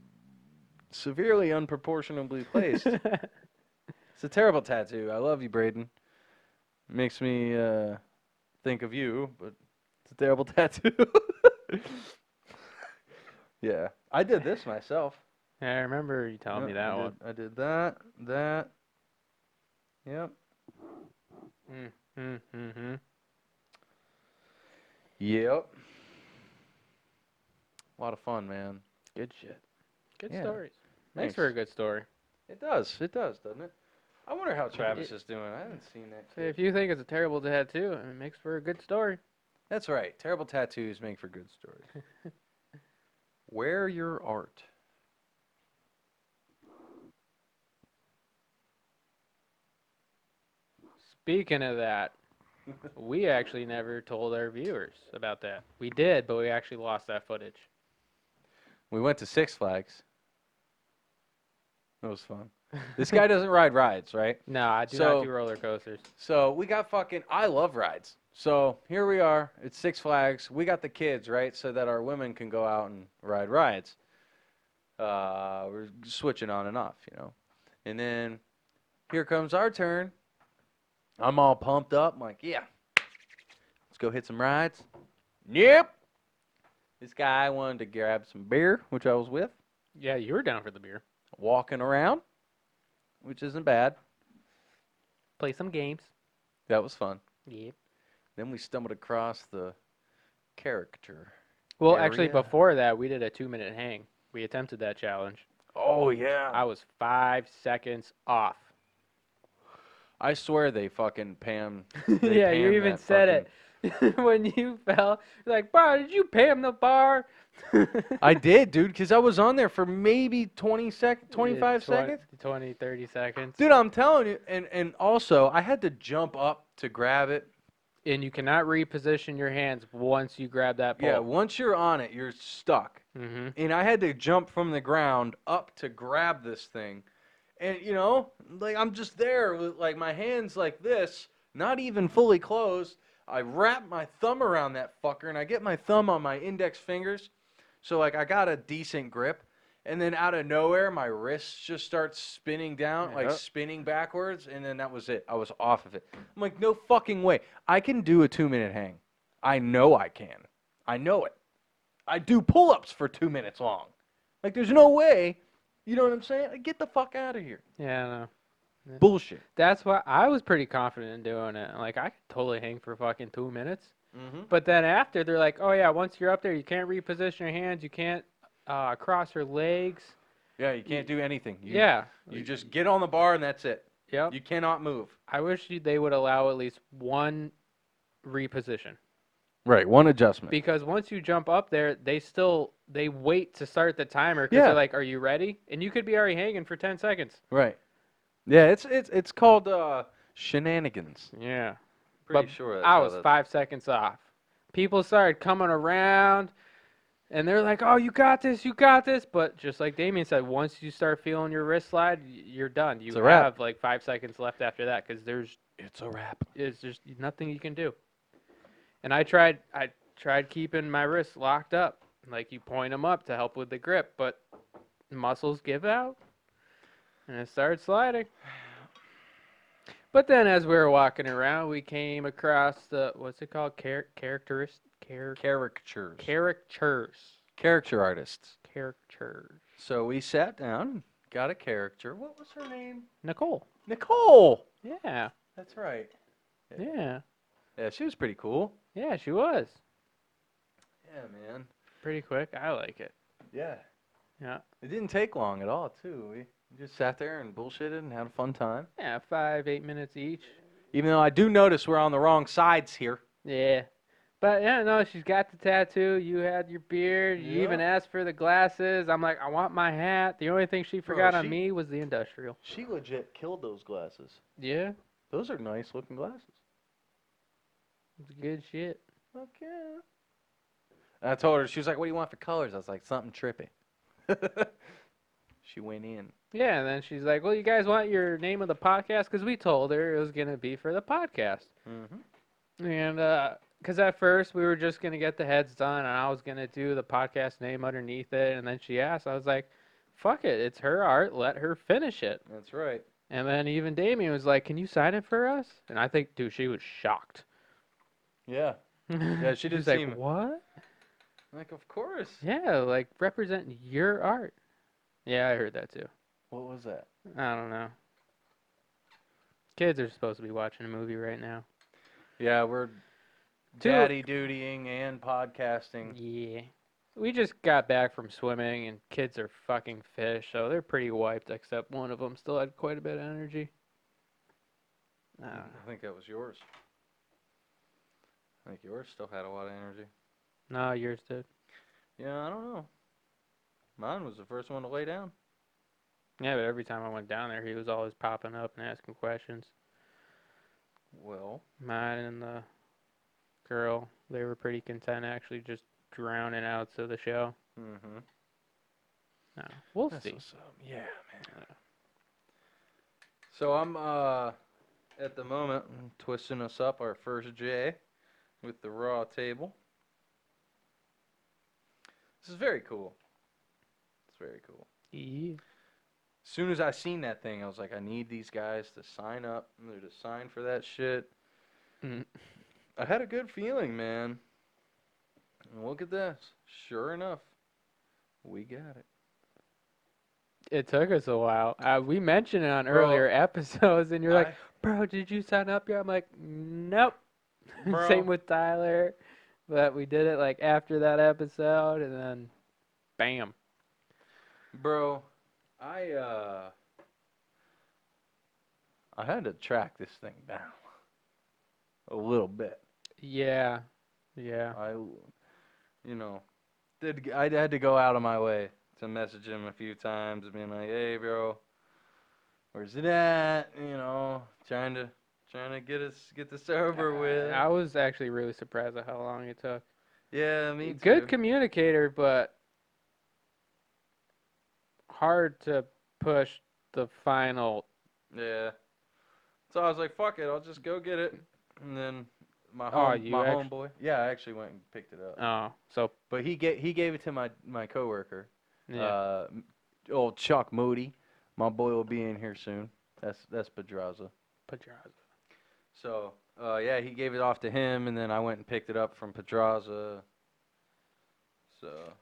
[SPEAKER 1] severely unproportionably placed. It's a terrible tattoo. I love you, Braden. Makes me uh, think of you, but it's a terrible tattoo. yeah, I did this myself.
[SPEAKER 2] I remember you telling
[SPEAKER 1] Yep,
[SPEAKER 2] me that
[SPEAKER 1] I
[SPEAKER 2] one.
[SPEAKER 1] did, I did that, that. Yep.
[SPEAKER 2] Mm, Mm-hmm.
[SPEAKER 1] Yep. A lot of fun, man. Good shit.
[SPEAKER 2] Good
[SPEAKER 1] Yeah.
[SPEAKER 2] stories. Thanks for a good story.
[SPEAKER 1] It does. It does, doesn't it? I wonder how Travis
[SPEAKER 2] it-
[SPEAKER 1] is doing. I haven't seen that.
[SPEAKER 2] So
[SPEAKER 1] kid.
[SPEAKER 2] if you think it's a terrible tattoo, it makes for a good story.
[SPEAKER 1] That's right. Terrible tattoos make for good stories. Wear your art.
[SPEAKER 2] Speaking of that, we actually never told our viewers about that. We did, but we actually lost that footage.
[SPEAKER 1] We went to Six Flags. That was fun. This guy doesn't ride rides, right?
[SPEAKER 2] No, I do
[SPEAKER 1] So-
[SPEAKER 2] not do roller coasters.
[SPEAKER 1] So we got fucking. I love rides. So here we are. It's Six Flags. We got the kids, right? So that our women can go out and ride rides. Uh, we're switching on and off, you know. And then here comes our turn. I'm all pumped up. I'm like, yeah, let's go hit some rides. Yep. This guy wanted to grab some beer, which I was with.
[SPEAKER 2] Yeah, you were down for the beer.
[SPEAKER 1] walking around, which isn't bad.
[SPEAKER 2] Play some games.
[SPEAKER 1] That was fun.
[SPEAKER 2] Yep.
[SPEAKER 1] Then we stumbled across the character.
[SPEAKER 2] Well, actually,
[SPEAKER 1] Area.
[SPEAKER 2] before that, we did a two-minute hang. We attempted that challenge.
[SPEAKER 1] Oh yeah.
[SPEAKER 2] I was five seconds off.
[SPEAKER 1] I swear they fucking Pam. they
[SPEAKER 2] yeah, you
[SPEAKER 1] panned
[SPEAKER 2] even
[SPEAKER 1] that
[SPEAKER 2] said it when you fell. You're like, bro, did you pay him the bar?
[SPEAKER 1] I did, dude, because I was on there for maybe 20 sec, 25 seconds.
[SPEAKER 2] 20, 30 seconds.
[SPEAKER 1] Dude, I'm telling you, and and also I had to jump up to grab it.
[SPEAKER 2] And you cannot reposition your hands once you grab that
[SPEAKER 1] Yeah,
[SPEAKER 2] pole.
[SPEAKER 1] once you're on it, you're stuck.
[SPEAKER 2] Mm-hmm.
[SPEAKER 1] and I had to jump from the ground up to grab this thing. And you know, like I'm just there with like my hands like this, not even fully closed. I wrap my thumb around that fucker and I get my thumb on my index fingers. So like I got a decent grip. And then out of nowhere my wrists just start spinning down, like
[SPEAKER 2] Yep.
[SPEAKER 1] spinning backwards, and then that was it. I was off of it. I'm like, no fucking way. I can do a two minute hang. I know I can. I know it. I do pull ups for two minutes long. Like, there's no way. You know what I'm saying? Like, get the fuck out of here.
[SPEAKER 2] Yeah, I know.
[SPEAKER 1] Bullshit.
[SPEAKER 2] That's why I was pretty confident in doing it. Like, I could totally hang for fucking two minutes.
[SPEAKER 1] Mm-hmm.
[SPEAKER 2] But then after, they're like, oh, yeah, once you're up there, you can't reposition your hands. You can't uh, cross your legs.
[SPEAKER 1] Yeah, you can't do anything. You,
[SPEAKER 2] yeah.
[SPEAKER 1] You just get on the bar and that's it.
[SPEAKER 2] Yep.
[SPEAKER 1] You cannot move.
[SPEAKER 2] I wish you- they would allow at least one reposition.
[SPEAKER 1] Right. One adjustment.
[SPEAKER 2] because once you jump up there, they still they wait to start the timer because
[SPEAKER 1] Yeah.
[SPEAKER 2] they're like, "Are you ready?" And you could be already hanging for ten seconds.
[SPEAKER 1] right. Yeah, it's it's it's called uh, shenanigans.
[SPEAKER 2] Yeah, But
[SPEAKER 1] pretty sure that's
[SPEAKER 2] I
[SPEAKER 1] how
[SPEAKER 2] was
[SPEAKER 1] that-
[SPEAKER 2] five seconds off. People started coming around and they're like, oh, you got this, you got this. But just like Damien said, once you start feeling your wrist slide, y- you're done. You
[SPEAKER 3] a wrap.
[SPEAKER 2] have like five seconds left after that because there's,
[SPEAKER 3] It's a wrap.
[SPEAKER 2] it's just nothing you can do. And I tried, I tried keeping my wrists locked up. Like you point them up to help with the grip, but muscles give out and it started sliding. But then, as we were walking around, we came across the what's it called? Char- characteristic char-
[SPEAKER 1] Caricatures.
[SPEAKER 2] characters.
[SPEAKER 1] Caricature artists.
[SPEAKER 2] Characters.
[SPEAKER 1] So we sat down, and got a character. What was her name?
[SPEAKER 2] Nicole.
[SPEAKER 1] Nicole.
[SPEAKER 2] Yeah.
[SPEAKER 3] That's right.
[SPEAKER 2] Yeah.
[SPEAKER 1] Yeah, she was pretty cool.
[SPEAKER 2] Yeah. She was
[SPEAKER 1] Yeah, man.
[SPEAKER 2] pretty quick. I like it.
[SPEAKER 3] Yeah.
[SPEAKER 2] Yeah.
[SPEAKER 1] It didn't take long at all, too. We just sat there and bullshitted and had a fun time.
[SPEAKER 2] Yeah. Five, eight minutes each.
[SPEAKER 1] Even though I do notice we're on the wrong sides here.
[SPEAKER 2] Yeah. But yeah, no, she's got the tattoo. You had your beard. You even asked for the glasses. I'm like, I want my hat. The only thing she forgot on
[SPEAKER 3] she-
[SPEAKER 2] me was the industrial.
[SPEAKER 3] She legit killed those glasses.
[SPEAKER 2] Yeah.
[SPEAKER 3] Those are nice looking glasses.
[SPEAKER 2] It's good shit.
[SPEAKER 3] Fuck yeah.
[SPEAKER 1] And I told her, she was like, What do you want for colors? I was like, Something trippy. she went in.
[SPEAKER 2] Yeah, and then she's like, "Well, you guys want your name of the podcast?" Because we told her it was gonna be for the podcast,
[SPEAKER 1] Mm-hmm.
[SPEAKER 2] and because at first we were just gonna get the heads done, and I was gonna do the podcast name underneath it, and then she asked, I was like, "Fuck it, it's her art. Let her finish it."
[SPEAKER 1] That's right.
[SPEAKER 2] And then even Damien was like, "Can you sign it for us?" And I think, dude, she was shocked.
[SPEAKER 1] Yeah.
[SPEAKER 2] Yeah,
[SPEAKER 1] she did
[SPEAKER 2] was like,
[SPEAKER 1] seem-
[SPEAKER 2] "What?"
[SPEAKER 1] Like, of course.
[SPEAKER 2] Yeah, like represent your art. Yeah, I heard that too.
[SPEAKER 1] What was that?
[SPEAKER 2] I don't know. Kids are supposed to be watching a movie right now.
[SPEAKER 1] Yeah, we're
[SPEAKER 2] Dude.
[SPEAKER 1] daddy dutying and podcasting.
[SPEAKER 2] Yeah. We just got back from swimming and kids are fucking fish, so they're pretty wiped, except one of them still had quite a bit of energy. I don't know.
[SPEAKER 1] I think that was yours. I think yours still had a lot of energy.
[SPEAKER 2] No, yours did.
[SPEAKER 1] Yeah, I don't know. Mine was the first one to lay down.
[SPEAKER 2] Yeah, but every time I went down there, he was always popping up and asking questions.
[SPEAKER 1] Well,
[SPEAKER 2] Mine and the girl, they were pretty content actually just drowning out to the show.
[SPEAKER 1] mm-hmm.
[SPEAKER 2] No, we'll
[SPEAKER 1] That's
[SPEAKER 2] see.
[SPEAKER 1] what's up. Yeah, man. So I'm uh at the moment I'm twisting us up our first J with the raw table. This is very cool. It's very cool.
[SPEAKER 2] Yeah.
[SPEAKER 1] As soon as I seen that thing, I was like, I need these guys to sign up. and They're to sign for that shit.
[SPEAKER 2] Mm.
[SPEAKER 1] I had a good feeling, man. And look at this. Sure enough, we got it.
[SPEAKER 2] It took us a while. Uh, we mentioned it on earlier episodes, and you're like,
[SPEAKER 1] I-
[SPEAKER 2] bro, did you sign up yet? I'm like, nope.
[SPEAKER 1] Bro.
[SPEAKER 2] Same with Tyler, but we did it like after that episode, and then, bam.
[SPEAKER 1] Bro, I uh I had to track this thing down a little bit.
[SPEAKER 2] Yeah, yeah,
[SPEAKER 1] I you know, did g- I had to go out of my way to message him a few times being like, "Hey, bro, where's it at?" you know, trying to trying to get us get this over with.
[SPEAKER 2] I was actually really surprised at how long it took.
[SPEAKER 1] yeah, me too.
[SPEAKER 2] Good communicator, but hard to push the final.
[SPEAKER 1] Yeah. So I was like, "Fuck it, I'll just go get it." And then my
[SPEAKER 2] Oh,
[SPEAKER 1] home,
[SPEAKER 2] you
[SPEAKER 1] my
[SPEAKER 2] act-
[SPEAKER 1] homeboy. Yeah, I actually went and picked it up.
[SPEAKER 2] Oh, so
[SPEAKER 1] But he gave he gave it to my my coworker,
[SPEAKER 2] yeah,
[SPEAKER 1] uh, m- old Chuck Moody. My boy will be in here soon. That's that's Pedraza.
[SPEAKER 2] put your eyes.
[SPEAKER 1] So uh, yeah, he gave it off to him, and then I went and picked it up from Pedraza. So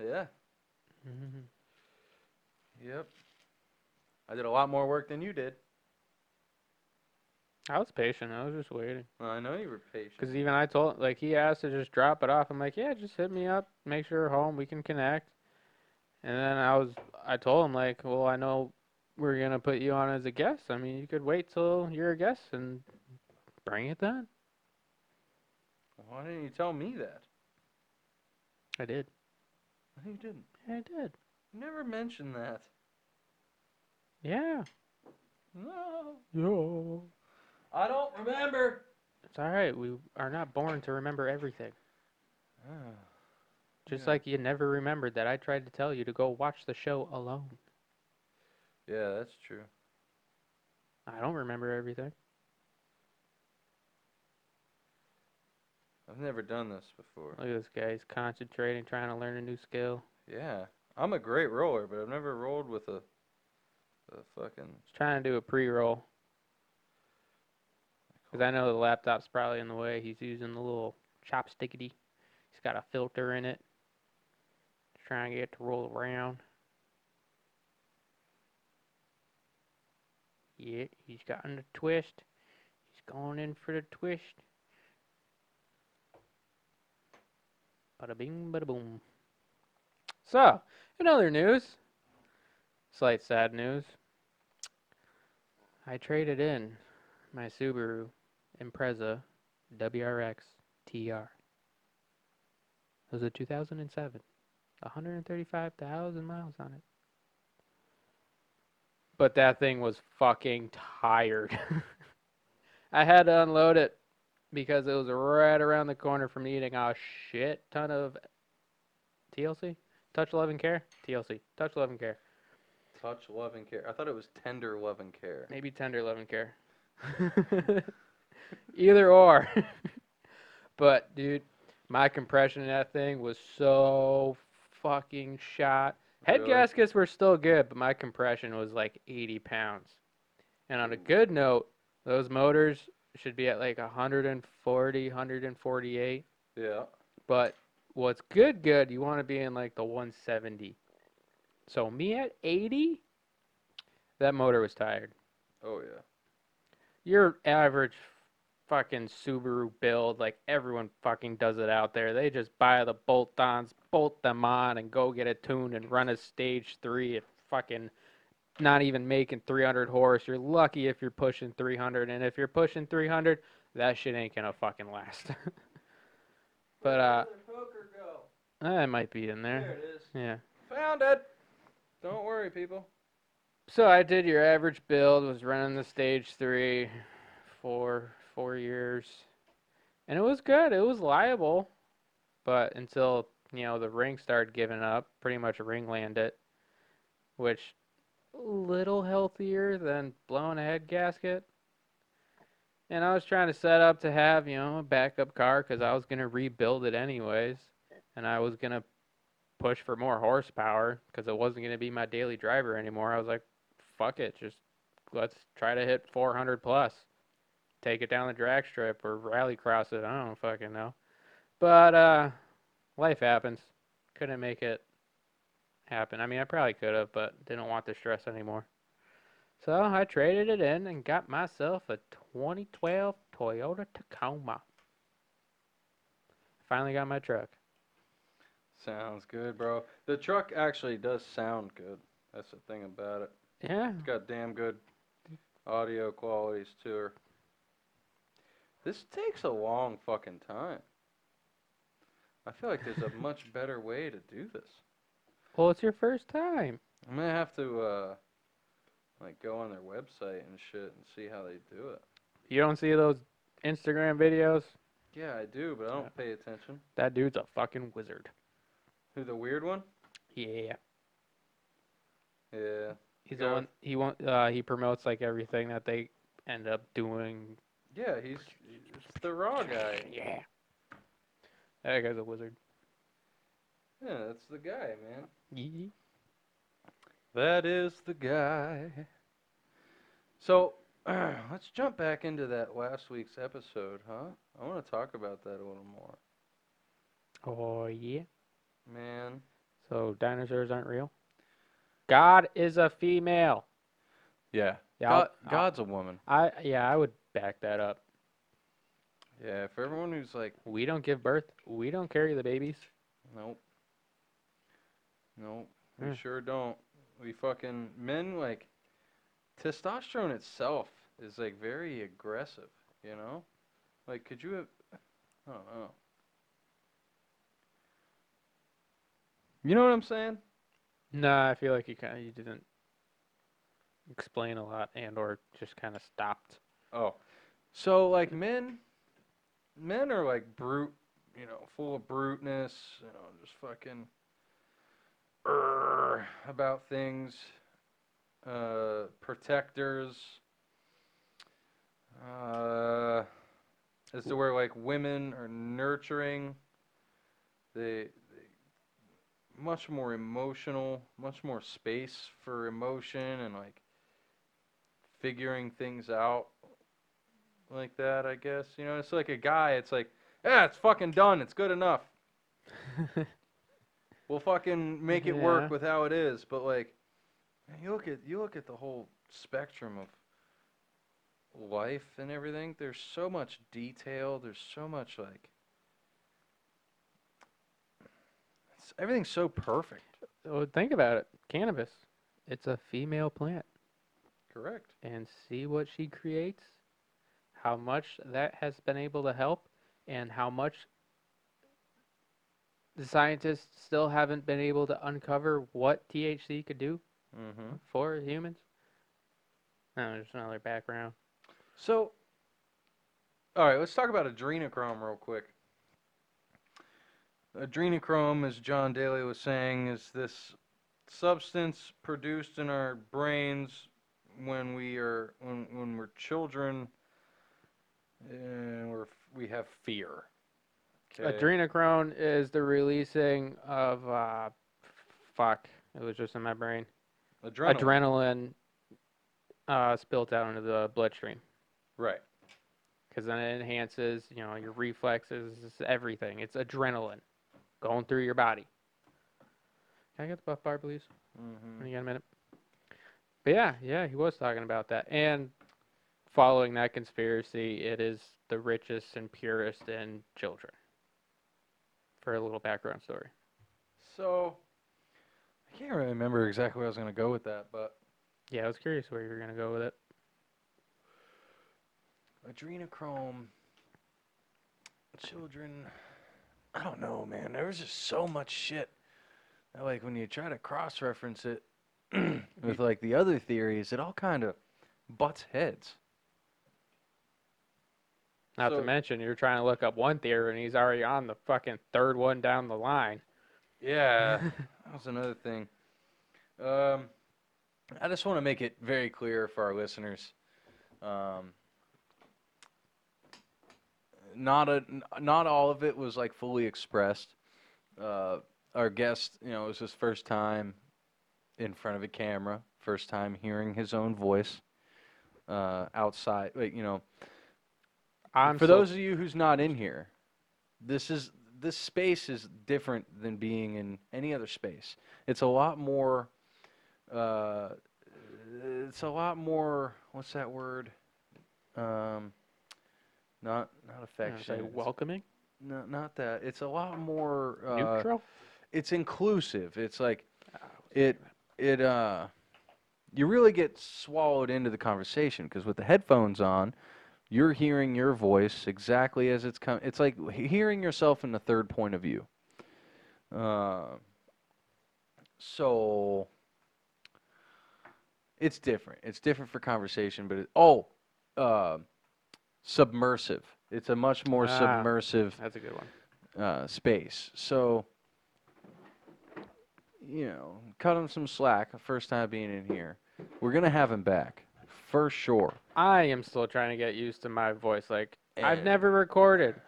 [SPEAKER 1] yeah,
[SPEAKER 2] Mhm.
[SPEAKER 1] yep. I did a lot more work than you did.
[SPEAKER 2] I was patient. I was just waiting.
[SPEAKER 1] I know you were patient.
[SPEAKER 2] Because even I told, like, he asked to just drop it off. I'm like, yeah, just hit me up, make sure you're home, we can connect. And then I was, I told him, like, well, I know we're going to put you on as a guest. I mean, you could wait till you're a guest and bring it then.
[SPEAKER 1] Why didn't you tell me that?
[SPEAKER 2] I did.
[SPEAKER 1] No, you didn't.
[SPEAKER 2] Yeah, I did.
[SPEAKER 1] You never mentioned that.
[SPEAKER 2] Yeah.
[SPEAKER 1] No,
[SPEAKER 2] Yo.
[SPEAKER 1] I don't remember.
[SPEAKER 2] It's all right. We are not born to remember everything.
[SPEAKER 1] Ah,
[SPEAKER 2] Just
[SPEAKER 1] Yeah.
[SPEAKER 2] like you never remembered that I tried to tell you to go watch the show alone.
[SPEAKER 1] yeah, that's true.
[SPEAKER 2] I don't remember everything.
[SPEAKER 1] I've never done this before.
[SPEAKER 2] Look at this guy. He's concentrating, trying to learn a new skill.
[SPEAKER 1] Yeah, I'm a great roller, but I've never rolled with a, a fucking.
[SPEAKER 2] He's trying to do a pre-roll. Because I know the laptop's probably in the way. He's using the little chopstickity. He's got a filter in it. He's trying to get it to roll around. Yeah, he's gotten the twist. He's going in for the twist. Bada bing, bada boom. So, in other news, slight sad news. I traded in my Subaru Impreza WRX TR. It was a 2007. 135,000 miles on it. But that thing was fucking tired. I had to unload it because it was right around the corner from needing a shit ton of TLC. Touch Love and Care? TLC. Touch Love and Care.
[SPEAKER 1] Touch, love, and care. I thought it was tender, love, and care.
[SPEAKER 2] Maybe tender love and care. Either or. but dude, my compression in that thing was so fucking shot. Head
[SPEAKER 1] Really?
[SPEAKER 2] gaskets were still good, but my compression was like 80 pounds. And on a
[SPEAKER 1] Ooh.
[SPEAKER 2] good note, those motors should be at like 140, 148.
[SPEAKER 1] Yeah.
[SPEAKER 2] But what's good, good, you want to be in like the 170. So me at 80, that motor was tired
[SPEAKER 1] Oh yeah.
[SPEAKER 2] your average fucking Subaru build, like everyone fucking does it out there. They just buy the bolt ons, bolt them on, and go get it tuned and run a stage three at fucking not even making 300 horse. You're lucky if you're pushing 300, and if you're pushing 300, that shit ain't gonna fucking last. but uh,
[SPEAKER 1] poker go?
[SPEAKER 2] that might be in there.
[SPEAKER 1] it is.
[SPEAKER 2] Yeah.
[SPEAKER 1] Found it. Don't worry, people.
[SPEAKER 2] So I did your average build, was running the stage three for four years. And it was good. It was liable. But until, you know, the ring started giving up, pretty much ringland it. Which a little healthier than blowing a head gasket. And I was trying to set up to have, you know, a backup car because I was going to rebuild it anyways. And I was going to push for more horsepower because it wasn't going to be my daily driver anymore. I was like, fuck it, just let's try to hit 400 plus. Take it down the drag strip or rally cross it. I don't fucking know. But uh, life happens. Couldn't make it happen. I mean, I probably could have, but didn't want the stress anymore. So I traded it in and got myself a 2012 Toyota Tacoma. Finally got my truck.
[SPEAKER 1] Sounds good, bro. The truck actually does sound good. That's the thing about it.
[SPEAKER 2] Yeah,
[SPEAKER 1] It's got damn good audio qualities to her. This takes a long fucking time. I feel like there's a much better way to do this.
[SPEAKER 2] Well, it's your first time.
[SPEAKER 1] I'm gonna have to uh like go on their website and shit and see how they do it.
[SPEAKER 2] You don't see those Instagram videos?
[SPEAKER 1] Yeah, I do, but I don't pay attention.
[SPEAKER 2] That dude's a fucking wizard.
[SPEAKER 1] Who the weird one?
[SPEAKER 2] Yeah.
[SPEAKER 1] Yeah.
[SPEAKER 2] He's
[SPEAKER 1] Yeah.
[SPEAKER 2] the one he won't uh he promotes like everything that they end up doing.
[SPEAKER 1] Yeah, he's it's the raw guy.
[SPEAKER 2] Yeah. That guy's a wizard.
[SPEAKER 1] Yeah, that's the guy, man.
[SPEAKER 2] Yeah.
[SPEAKER 1] That is the guy. So let's jump back into that last week's episode, huh? I want to talk about that a little more.
[SPEAKER 2] Oh yeah.
[SPEAKER 1] Man,
[SPEAKER 2] So dinosaurs aren't real? God is a female.
[SPEAKER 1] yeah.
[SPEAKER 2] Yeah. I'll- I'll-
[SPEAKER 1] God's a woman.
[SPEAKER 2] I yeah, I would back that up.
[SPEAKER 1] Yeah, for everyone who's like,
[SPEAKER 2] We don't give birth. We don't carry the babies.
[SPEAKER 1] nope. Nope. We
[SPEAKER 2] Hmm.
[SPEAKER 1] sure don't. We fucking men like testosterone itself is like very aggressive, you know? Like could you have I don't know. You know what I'm saying?
[SPEAKER 2] No, I feel like you kind of you didn't explain a lot and or just kind of stopped.
[SPEAKER 1] Oh. So like men men are like brute, you know, full of bruteness, you know, just fucking "Urgh," about things, uh, protectors. Uh, as to where like women are nurturing, they, they much more emotional, much more space for emotion and like figuring things out like that, I guess. You know, it's like a guy, it's like, yeah, it's fucking done. It's good enough. We'll fucking make it
[SPEAKER 2] Yeah.
[SPEAKER 1] work with how it is. But like, man, you look at you look at the whole spectrum of life and everything. There's so much detail. There's so much like it's, everything's so perfect.
[SPEAKER 2] well, Oh, think about it. Cannabis. It's a female plant.
[SPEAKER 1] Correct.
[SPEAKER 2] and see what she creates, how much that has been able to help, and how much the scientists still haven't been able to uncover what THC could do
[SPEAKER 1] Mm-hmm.
[SPEAKER 2] for humans. Oh, there's another background.
[SPEAKER 1] So, all right, let's talk about adrenochrome real quick. Adrenochrome, as John Daly was saying, is this substance produced in our brains when we are when when we're children and we're we have fear.
[SPEAKER 2] Adrenochrome is the releasing of uh, fuck. It was just in my brain.
[SPEAKER 1] Adrenal.
[SPEAKER 2] Adrenaline uh, spilt out into the bloodstream.
[SPEAKER 1] right.
[SPEAKER 2] because then it enhances, you know, your reflexes, it's everything. It's adrenaline going through your body. Can I get the buff bar, please?
[SPEAKER 1] Mm-hmm.
[SPEAKER 2] When you got a minute. But yeah, yeah, he was talking about that. And following that conspiracy, it is the richest and purest in children. For a little background story.
[SPEAKER 1] So, I can't really remember exactly where I was going to go with that, but
[SPEAKER 2] Yeah, I was curious where you were gonna go with it.
[SPEAKER 1] Adrenochrome. Children. I don't know, man. There was just so much shit. That, like when you try to cross reference it with like the other theories, it all kind of butts heads.
[SPEAKER 2] Not
[SPEAKER 1] So-
[SPEAKER 2] to mention, you're trying to look up one theory, and he's already on the fucking third one down the line. Uh,
[SPEAKER 1] Yeah. that was another thing. Um, I just want to make it very clear for our listeners. Um, not a, n- not all of it was like fully expressed. Uh, our guest, you know, it was his first time in front of a camera, first time hearing his own voice uh, outside. Like, you know,
[SPEAKER 2] I'm
[SPEAKER 1] for
[SPEAKER 2] so-
[SPEAKER 1] those of you who's not in here, this is this space is different than being in any other space. It's a lot more. Uh, it's a lot more. What's that word? Um, not not
[SPEAKER 2] I'm gonna
[SPEAKER 1] affection.
[SPEAKER 2] say
[SPEAKER 1] it's-
[SPEAKER 2] welcoming,
[SPEAKER 1] no, not that. It's a lot more. Uh,
[SPEAKER 2] neutral.
[SPEAKER 1] it's inclusive. It's like
[SPEAKER 2] Ah,
[SPEAKER 1] it it uh you really get swallowed into the conversation because with the headphones on, you're hearing your voice exactly as it's coming. It's like he- hearing yourself in the third point of view. Uh, so it's different. It's different for conversation, but it, oh, uh, submersive. It's a much more
[SPEAKER 2] Ah.
[SPEAKER 1] submersive
[SPEAKER 2] That's a good one.
[SPEAKER 1] uh, space. So, you know, cut him some slack. First time being in here, we're gonna have him back for sure.
[SPEAKER 2] I am still trying to get used to my voice. Like I've
[SPEAKER 1] Eh.
[SPEAKER 2] never recorded,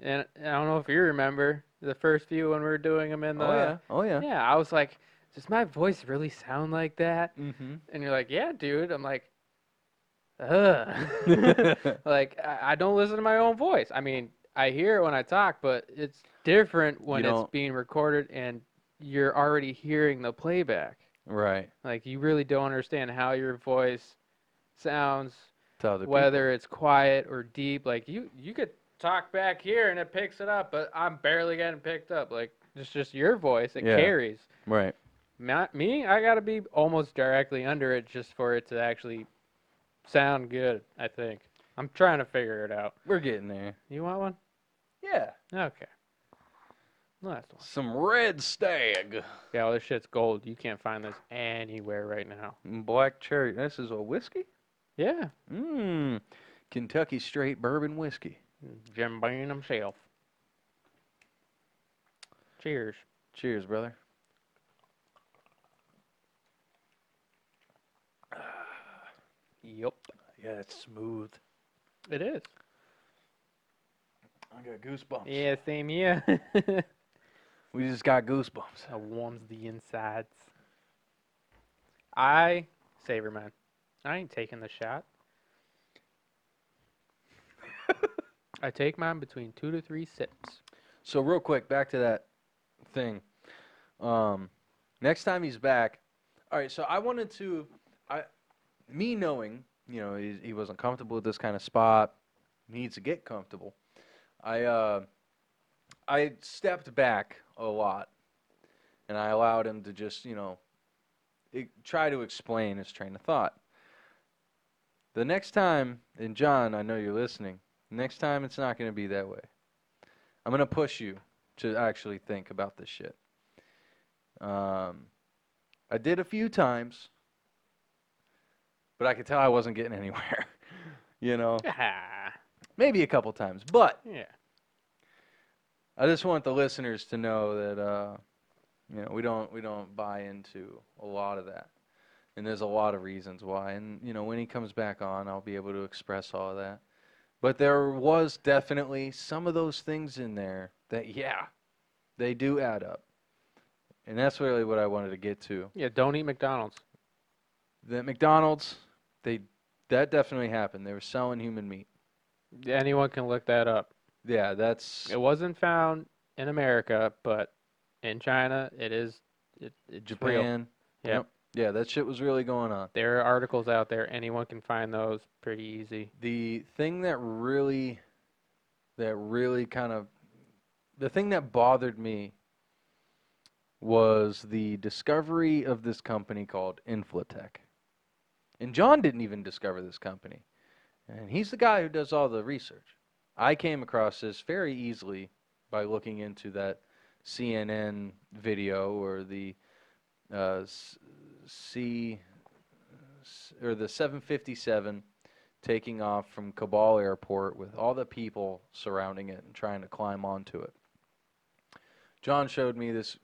[SPEAKER 2] and I don't know if you remember the first few when we were doing them in the.
[SPEAKER 1] oh yeah, oh yeah.
[SPEAKER 2] I was like, does my voice really sound like that?
[SPEAKER 1] Mm-hmm.
[SPEAKER 2] And you're like, yeah, dude. I'm like, ugh.
[SPEAKER 1] Mm-hmm.
[SPEAKER 2] like I, I don't listen to my own voice. I mean, I hear it when I talk, but it's different when it's
[SPEAKER 1] don't-
[SPEAKER 2] being recorded and you're already hearing the playback.
[SPEAKER 1] Right.
[SPEAKER 2] Like you really don't understand how your voice sounds,
[SPEAKER 1] To other people.
[SPEAKER 2] whether it's quiet or deep. Like you, you could talk back here and it picks it up, but I'm barely getting picked up. Like it's just your voice; it
[SPEAKER 1] Yeah.
[SPEAKER 2] carries.
[SPEAKER 1] Right.
[SPEAKER 2] Not me. I gotta be almost directly under it just for it to actually sound good. I think I'm trying to figure it out.
[SPEAKER 1] We're getting there.
[SPEAKER 2] You want one?
[SPEAKER 1] Yeah.
[SPEAKER 2] Okay. Last one.
[SPEAKER 1] Some red stag.
[SPEAKER 2] Yeah, well, this shit's gold. You can't find this anywhere right now.
[SPEAKER 1] Black cherry. This is a whiskey.
[SPEAKER 2] Yeah.
[SPEAKER 1] Mmm. Kentucky straight bourbon whiskey.
[SPEAKER 2] Jim Beam himself. Cheers.
[SPEAKER 4] Cheers, brother.
[SPEAKER 2] Yep.
[SPEAKER 4] Yeah, it's smooth.
[SPEAKER 2] It is.
[SPEAKER 4] I got goosebumps.
[SPEAKER 2] Yeah, same here.
[SPEAKER 4] We just got goosebumps.
[SPEAKER 2] It warms the insides. I savor man. I ain't taking the shot. I take mine between two to three sips.
[SPEAKER 1] So real quick, back to that thing. Um, next time he's back. All right. So I wanted to, I, me knowing, you know, he, he wasn't comfortable with this kind of spot. Needs to get comfortable. I, uh, I stepped back a lot, and I allowed him to just, you know, e- try to explain his train of thought. The next time, and John, I know you're listening. Next time, it's not going to be that way. I'm gonna push you to actually think about this shit. Um, I did a few times, but I could tell I wasn't getting anywhere. you know,
[SPEAKER 2] Ah,
[SPEAKER 1] maybe a couple times, but
[SPEAKER 2] yeah.
[SPEAKER 1] I just want the listeners to know that uh, you know we don't we don't buy into a lot of that, and there's a lot of reasons why. And you know when he comes back on, I'll be able to express all of that. But there was definitely some of those things in there that yeah, they do add up, and that's really what I wanted to get to.
[SPEAKER 2] Yeah, don't eat McDonald's.
[SPEAKER 1] That McDonald's, they that definitely happened. They were selling human meat.
[SPEAKER 2] Anyone can look that up.
[SPEAKER 1] Yeah, that's
[SPEAKER 2] It wasn't found in America, but in China, it is. It, it's real.
[SPEAKER 1] Japan.
[SPEAKER 2] Yep.
[SPEAKER 1] Yeah, that shit was really going on.
[SPEAKER 2] There are articles out there. Anyone can find those pretty easy.
[SPEAKER 1] the thing that really that really kind of the thing that bothered me was the discovery of this company called Inflatech. And John didn't even discover this company. And he's the guy who does all the research. I came across this very easily by looking into that CNN video or the uh, s- C s- or the 757 taking off from Kabul airport with all the people surrounding it and trying to climb onto it. John showed me this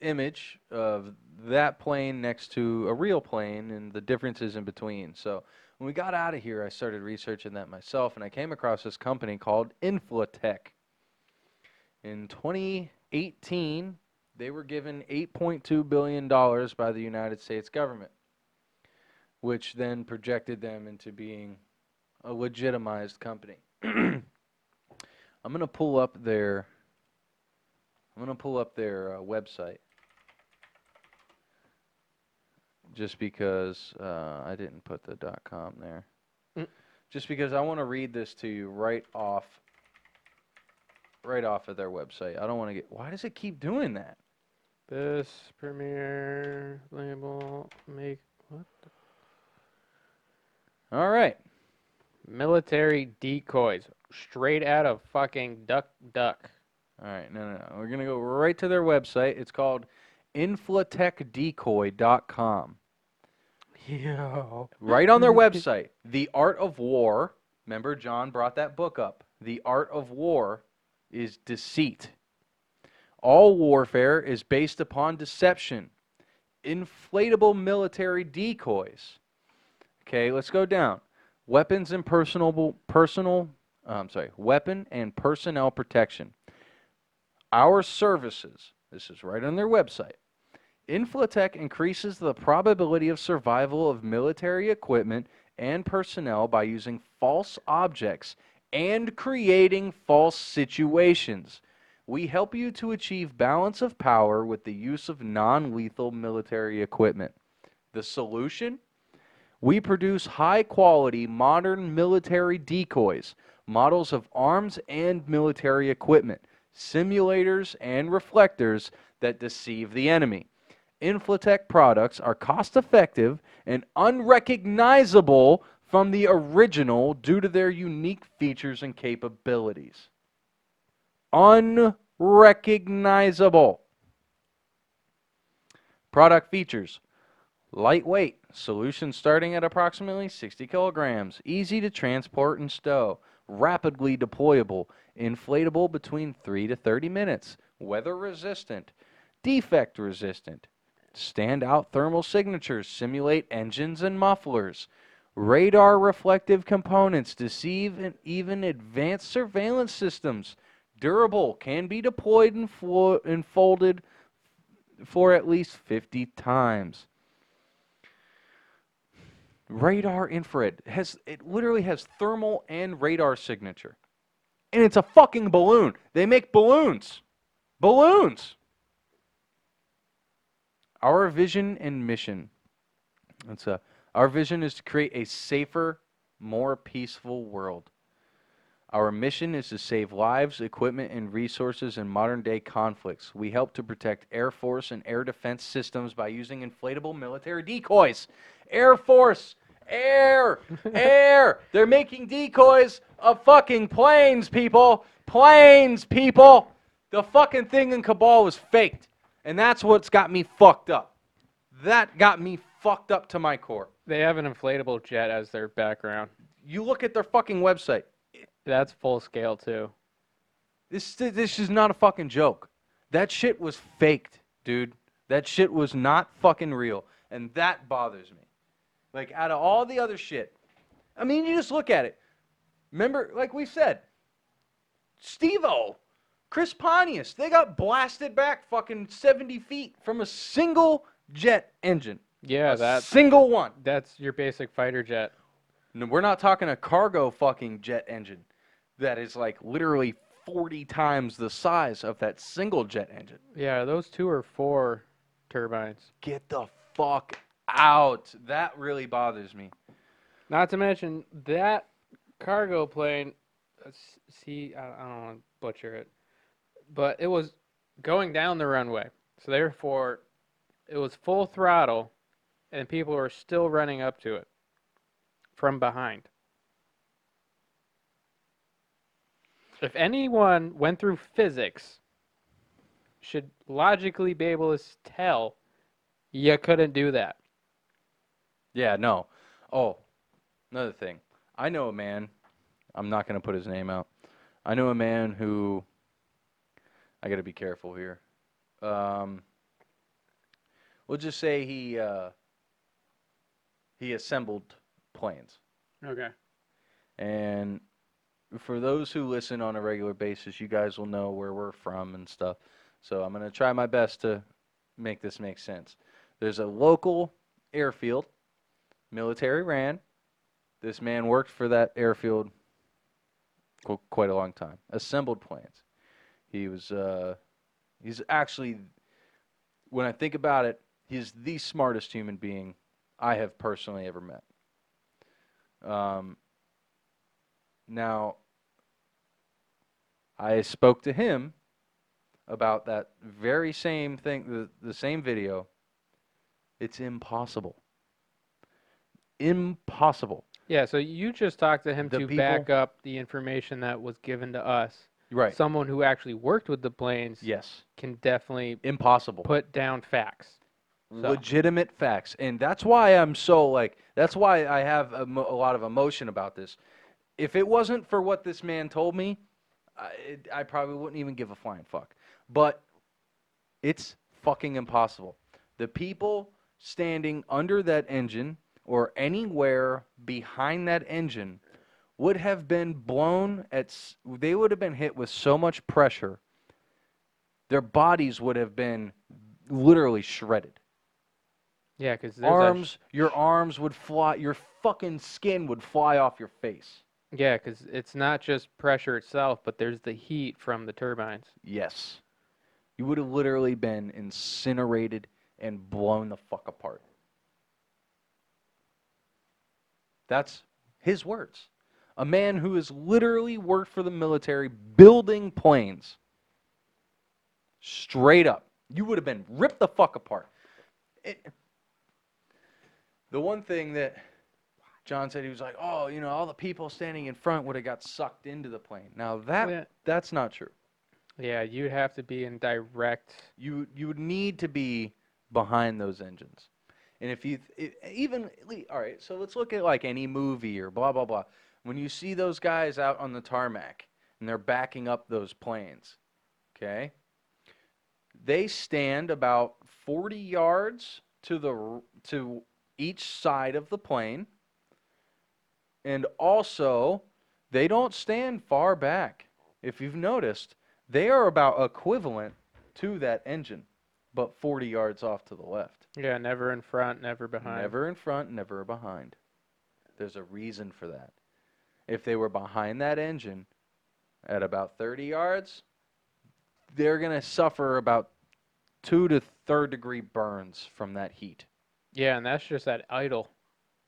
[SPEAKER 1] image of that plane next to a real plane and the differences in between. So when we got out of here, I started researching that myself and I came across this company called Inflatech. In 2018, they were given $8.2 billion by the United States government, which then projected them into being a legitimized company. I'm gonna pull up their. I'm gonna pull up their uh, website. Just because uh, I didn't put the dot .com there.
[SPEAKER 2] Mm.
[SPEAKER 1] Just because I want to read this to you right off. Right off of their website. I don't want to get. Why does it keep doing that?
[SPEAKER 2] This premiere label make
[SPEAKER 1] All right.
[SPEAKER 2] military decoys straight out of fucking Duck Duck.
[SPEAKER 1] All right, no, no, no. We're gonna go right to their website. It's called inflatechdecoy.com.
[SPEAKER 2] Yeah.
[SPEAKER 1] Right on their
[SPEAKER 2] Mm-hmm.
[SPEAKER 1] website, The Art of War. Remember, John brought that book up. The Art of War is deceit. All warfare is based upon deception, inflatable military decoys. Okay, let's go down. Weapons and personal personal. uh, I'm sorry. Weapon and personnel protection. Our services. This is right on their website. Inflatech increases the probability of survival of military equipment and personnel by using false objects and creating false situations. We help you to achieve balance of power with the use of non lethal military equipment. The solution? We produce high quality modern military decoys, models of arms and military equipment, simulators, and reflectors that deceive the enemy. Inflatech products are cost effective and unrecognizable from the original due to their unique features and capabilities. Unrecognizable. Product features lightweight, solution starting at approximately 60 kilograms, easy to transport and stow, rapidly deployable, inflatable between 3 to 30 minutes, weather resistant, defect resistant. Standout thermal signatures simulate engines and mufflers. Radar reflective components deceive and even advanced surveillance systems. Durable, can be deployed and, flo- and folded for at least 50 times. Radar infrared has it literally has thermal and radar signature. And it's a fucking balloon. They make balloons. Balloons. Our vision and mission. That's a our vision is to create a safer, more peaceful world. Our mission is to save lives, equipment, and resources in modern day conflicts. We help to protect Air Force and air defense systems by using inflatable military decoys. Air Force! Air! Air! They're making decoys of fucking planes, people! Planes, people! The fucking thing in Cabal was faked. And that's what's got me fucked up. That got me fucked up to my core.
[SPEAKER 2] They have an inflatable jet as their background.
[SPEAKER 1] You look at their fucking website.
[SPEAKER 2] That's full scale too.
[SPEAKER 1] This this is not a fucking joke. That shit was faked, dude. That shit was not fucking real, and that bothers me. Like out of all the other shit, I mean, you just look at it. Remember, like we said, Steve-O, Chris Pontius, they got blasted back fucking seventy feet from a single jet engine.
[SPEAKER 2] Yeah,
[SPEAKER 1] a
[SPEAKER 2] that's
[SPEAKER 1] single one.
[SPEAKER 2] that's your basic fighter jet.
[SPEAKER 1] No, we're not talking a cargo fucking jet engine that is like literally 40 times the size of that single jet engine.
[SPEAKER 2] Yeah, those two are four turbines.
[SPEAKER 1] Get the fuck out. That really bothers me.
[SPEAKER 2] Not to mention that cargo plane. uh, s- See, I, I don't want to butcher it, but it was going down the runway. So therefore, it was full throttle, and people were still running up to it from behind. If anyone went through physics, should logically be able to s- tell you couldn't do that.
[SPEAKER 1] Yeah, no. Oh, another thing. I know a man. I'm not going to put his name out. I know a man who. I got to be careful here. Um, we'll just say he uh, he assembled planes.
[SPEAKER 2] Okay.
[SPEAKER 1] And for those who listen on a regular basis, you guys will know where we're from and stuff. So I'm going to try my best to make this make sense. There's a local airfield, military ran. This man worked for that airfield qu- quite a long time, assembled planes. He was, uh, he's actually, when I think about it, he's the smartest human being I have personally ever met. Um, now, I spoke to him about that very same thing, the, the same video. It's impossible. Impossible.
[SPEAKER 2] Yeah, so you just talked to him
[SPEAKER 1] The
[SPEAKER 2] to
[SPEAKER 1] people-
[SPEAKER 2] back up the information that was given to us.
[SPEAKER 1] Right.
[SPEAKER 2] Someone who actually worked with the planes
[SPEAKER 1] yes.
[SPEAKER 2] can definitely
[SPEAKER 1] Impossible.
[SPEAKER 2] put down facts. So-
[SPEAKER 1] legitimate facts and that's why i'm so like that's why i have a, mo- a lot of emotion about this if it wasn't for what this man told me I, it, I probably wouldn't even give a flying fuck but it's fucking impossible the people standing under that engine or anywhere behind that engine would have been blown at s- they would have been hit with so much pressure their bodies would have been literally shredded
[SPEAKER 2] Yeah, because there's a sh-
[SPEAKER 1] arms, your arms would fly, your fucking skin would fly off your face.
[SPEAKER 2] yeah, 'cause it's not just pressure itself, but there's the heat from the turbines.
[SPEAKER 1] Yes. You would have literally been incinerated and blown the fuck apart. That's his words. A man who has literally worked for the military building planes. Straight up. You would have been ripped the fuck apart. It- the one thing that John said, he was like, oh, you know, all the people standing in front would have got sucked into the plane. Now, that,
[SPEAKER 2] Yeah.
[SPEAKER 1] that's not true.
[SPEAKER 2] Yeah, you'd have to be in direct.
[SPEAKER 1] You you would need to be behind those engines, and if you th- e- even le- all right, so let's look at like any movie or blah blah blah. When you see those guys out on the tarmac and they're backing up those planes, okay? They stand about 40 yards to the r- to each side of the plane. And also, they don't stand far back. If you've noticed, they are about equivalent to that engine, but 40 yards off to the left.
[SPEAKER 2] Yeah, never in front, never behind.
[SPEAKER 1] Never in front, never behind. There's a reason for that. If they were behind that engine at about 30 yards, they're going to suffer about two to third degree burns from that heat.
[SPEAKER 2] Yeah, and that's just at idle.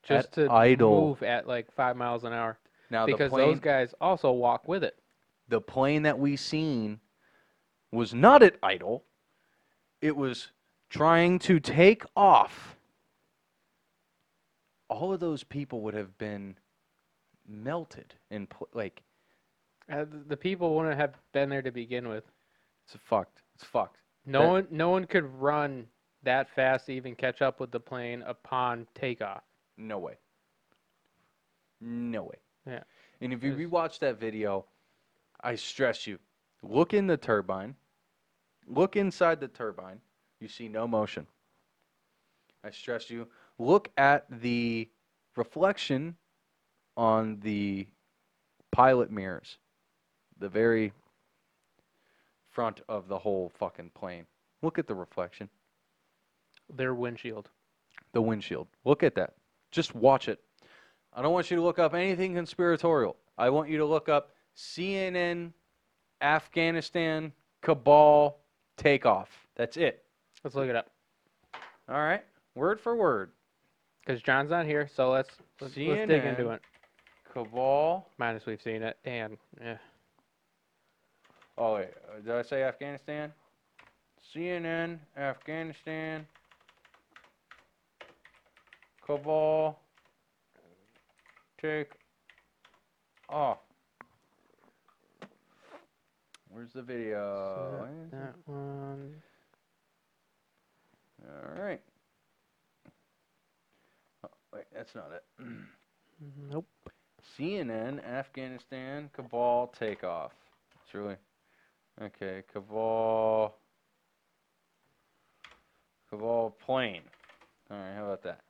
[SPEAKER 2] Just
[SPEAKER 1] At
[SPEAKER 2] to
[SPEAKER 1] idle.
[SPEAKER 2] move at like five miles an hour.
[SPEAKER 1] Now, the
[SPEAKER 2] because
[SPEAKER 1] plane,
[SPEAKER 2] those guys also walk with it.
[SPEAKER 1] the plane that we seen was not at idle. It was trying to take off. All of those people would have been melted in pl- like
[SPEAKER 2] Uh, th- The people wouldn't have been there to begin with.
[SPEAKER 1] it's fucked. It's fucked.
[SPEAKER 2] No
[SPEAKER 1] That-
[SPEAKER 2] one, no one could run that fast to even catch up with the plane upon takeoff.
[SPEAKER 1] No way. No way.
[SPEAKER 2] Yeah.
[SPEAKER 1] And if you
[SPEAKER 2] It's-
[SPEAKER 1] rewatch that video, I stress you, look in the turbine. Look inside the turbine. You see no motion. I stress you, look at the reflection on the pilot mirrors. The very front of the whole fucking plane. Look at the reflection
[SPEAKER 2] Their windshield.
[SPEAKER 1] the windshield. Look at that. Just watch it. I don't want you to look up anything conspiratorial. I want you to look up CNN, Afghanistan, Cabal, takeoff. That's it.
[SPEAKER 2] Let's look it up.
[SPEAKER 1] All right. Word for word.
[SPEAKER 2] Because John's not here, so let's let's, let's dig into
[SPEAKER 1] CNN.
[SPEAKER 2] it.
[SPEAKER 1] Cabal.
[SPEAKER 2] Minus we've seen it, and eh.
[SPEAKER 1] Oh, wait. uh, Did I say Afghanistan? CNN, Afghanistan, Cabal, take off. Where's the video?
[SPEAKER 2] So
[SPEAKER 1] Where is it?
[SPEAKER 2] that one.
[SPEAKER 1] All right. Oh, wait, that's not it.
[SPEAKER 2] Nope.
[SPEAKER 1] CNN, Afghanistan, Cabal takeoff. It's really okay. Cabal, Cabal plane. All right, how about that?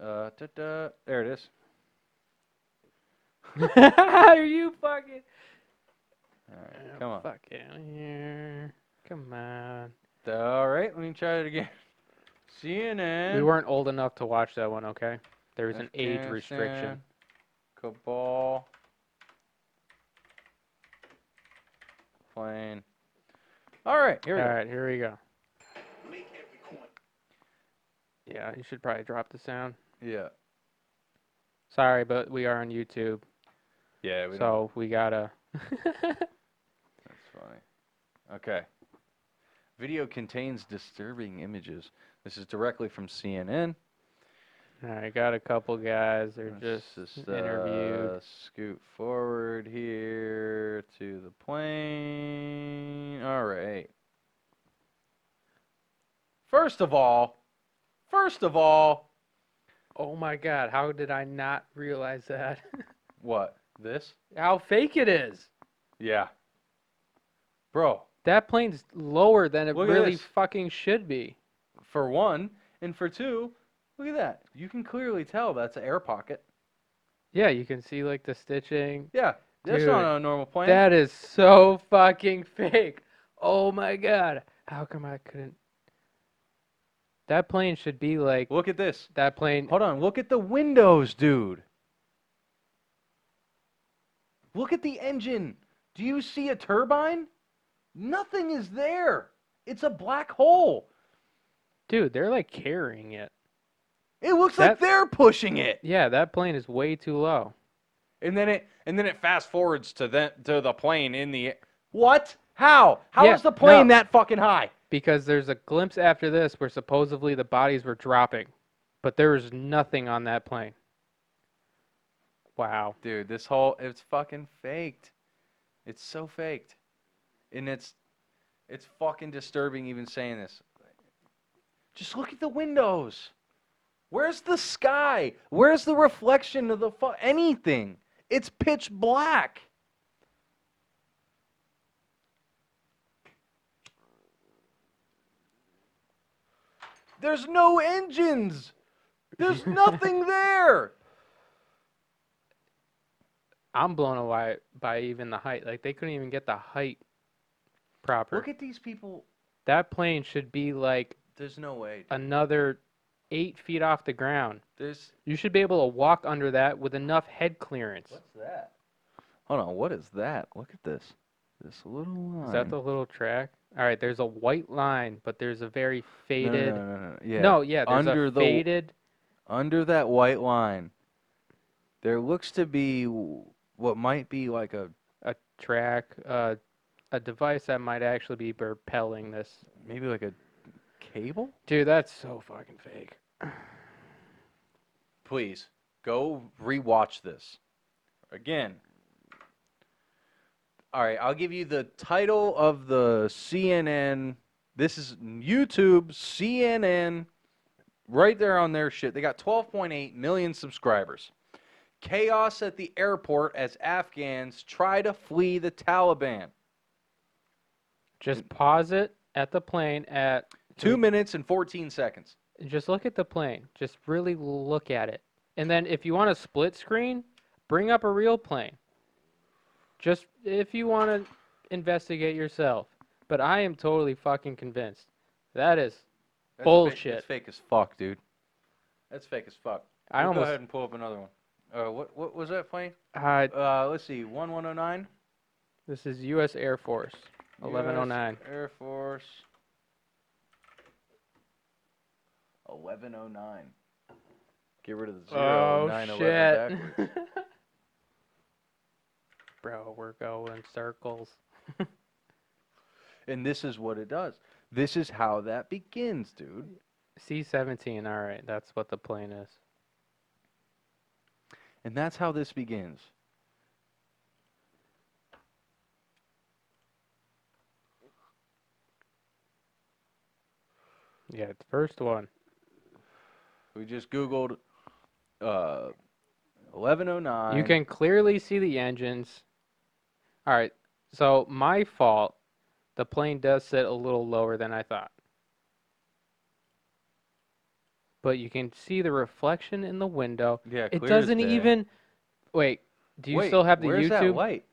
[SPEAKER 1] Uh, da-da, there it is.
[SPEAKER 2] Are you fucking?
[SPEAKER 1] All
[SPEAKER 2] Oh,
[SPEAKER 1] right, come on.
[SPEAKER 2] Fuck out here. Come on.
[SPEAKER 1] All right, let me try it again. CNN.
[SPEAKER 2] We weren't old enough to watch that one, okay? There was an age restriction.
[SPEAKER 1] Afghanistan, Cabal. Plane. All right, here
[SPEAKER 2] All
[SPEAKER 1] we go.
[SPEAKER 2] right, here we go. Yeah, you should probably drop the sound.
[SPEAKER 1] Yeah.
[SPEAKER 2] Sorry, but we are on YouTube,
[SPEAKER 1] Yeah, we don't.
[SPEAKER 2] so we gotta.
[SPEAKER 1] That's funny. Okay. Video contains disturbing images. This is directly from CNN.
[SPEAKER 2] All right, got a couple guys. They're
[SPEAKER 1] Let's
[SPEAKER 2] just interviewed.
[SPEAKER 1] uh, scoot forward here to the plane. All right. First of all, first of all,
[SPEAKER 2] Oh my God, how did I not realize that?
[SPEAKER 1] what? This?
[SPEAKER 2] how fake it is.
[SPEAKER 1] Yeah. Bro,
[SPEAKER 2] That plane's lower than it
[SPEAKER 1] Look at
[SPEAKER 2] really
[SPEAKER 1] this.
[SPEAKER 2] fucking should be.
[SPEAKER 1] for one, and for two, look at that. You can clearly tell that's an air pocket.
[SPEAKER 2] Yeah, you can see like the stitching.
[SPEAKER 1] Yeah, that's
[SPEAKER 2] Dude,
[SPEAKER 1] not on a normal plane.
[SPEAKER 2] That is so fucking fake. Oh my god. How come I couldn't? That plane should be like
[SPEAKER 1] Look at this.
[SPEAKER 2] that plane.
[SPEAKER 1] Hold on, look at the windows, dude. Look at the engine. Do you see a turbine? Nothing is there. It's a black hole.
[SPEAKER 2] Dude, they're like carrying it.
[SPEAKER 1] It looks like
[SPEAKER 2] That-
[SPEAKER 1] they're pushing it.
[SPEAKER 2] Yeah, that plane is way too low.
[SPEAKER 1] And then it and then it fast forwards to the to the plane in the What? How? How is
[SPEAKER 2] Yeah,
[SPEAKER 1] the plane
[SPEAKER 2] no.
[SPEAKER 1] that fucking high?
[SPEAKER 2] Because there's a glimpse after this where supposedly the bodies were dropping, but there was nothing on that plane. Wow.
[SPEAKER 1] Dude, this whole it's fucking faked. It's so faked. And it's it's fucking disturbing even saying this. Just look at the windows. Where's the sky? Where's the reflection of the fu- anything? It's pitch black. There's no engines. There's nothing there.
[SPEAKER 2] I'm blown away by even the height. Like they couldn't even get the height proper.
[SPEAKER 1] Look at these people.
[SPEAKER 2] that plane should be like
[SPEAKER 1] There's no way. dude.
[SPEAKER 2] another eight feet off the ground.
[SPEAKER 1] There's
[SPEAKER 2] You should be able to walk under that with enough head clearance.
[SPEAKER 1] What's that? Hold on, what is that? Look at this. This little line.
[SPEAKER 2] Is that the little track? All right, there's a white line, but there's a very
[SPEAKER 1] No, no,
[SPEAKER 2] faded.
[SPEAKER 1] no, no, no, Yeah.
[SPEAKER 2] No, yeah, there's
[SPEAKER 1] Under
[SPEAKER 2] a
[SPEAKER 1] the-
[SPEAKER 2] faded.
[SPEAKER 1] Under that white line, there looks to be w- what might be like a
[SPEAKER 2] a track, uh, a device that might actually be propelling this.
[SPEAKER 1] maybe like a cable.
[SPEAKER 2] Dude, that's so fucking fake.
[SPEAKER 1] Please go rewatch this again. All right, I'll give you the title of the CNN. This is YouTube CNN right there on their shit. They got 12.8 million subscribers. Chaos at the airport as Afghans try to flee the Taliban.
[SPEAKER 2] Just pause it at the plane at
[SPEAKER 1] Two minutes and 14 seconds.
[SPEAKER 2] just look at the plane. Just really look at it. And then if you want a split screen, bring up a real plane. Just if you want to investigate yourself. But I am totally fucking convinced. That is
[SPEAKER 1] That's fake-
[SPEAKER 2] Bullshit.
[SPEAKER 1] That's fake as fuck, dude. That's fake as fuck.
[SPEAKER 2] I
[SPEAKER 1] We'll Go
[SPEAKER 2] almost
[SPEAKER 1] ahead and pull up another one. Uh, what, what was that plane?
[SPEAKER 2] uh,
[SPEAKER 1] Uh, let's see, 1109.
[SPEAKER 2] this is US Air Force 1109.
[SPEAKER 1] US Air Force. 1109. Get rid of the zero.
[SPEAKER 2] Oh,
[SPEAKER 1] 911 backwards.
[SPEAKER 2] Bro, we're going circles.
[SPEAKER 1] And this is what it does. This is how that begins, dude.
[SPEAKER 2] C seventeen, alright, that's what the plane is.
[SPEAKER 1] And that's how this begins.
[SPEAKER 2] Yeah, the first one.
[SPEAKER 1] We just Googled uh, 1109.
[SPEAKER 2] You can clearly see the engines. Alright, so my fault. The plane does sit a little lower than I thought. But you can see the reflection in the window.
[SPEAKER 1] Yeah,
[SPEAKER 2] It
[SPEAKER 1] clear as
[SPEAKER 2] doesn't
[SPEAKER 1] day.
[SPEAKER 2] even wait, do you
[SPEAKER 1] Wait,
[SPEAKER 2] still have the
[SPEAKER 1] where's
[SPEAKER 2] YouTube?
[SPEAKER 1] that light?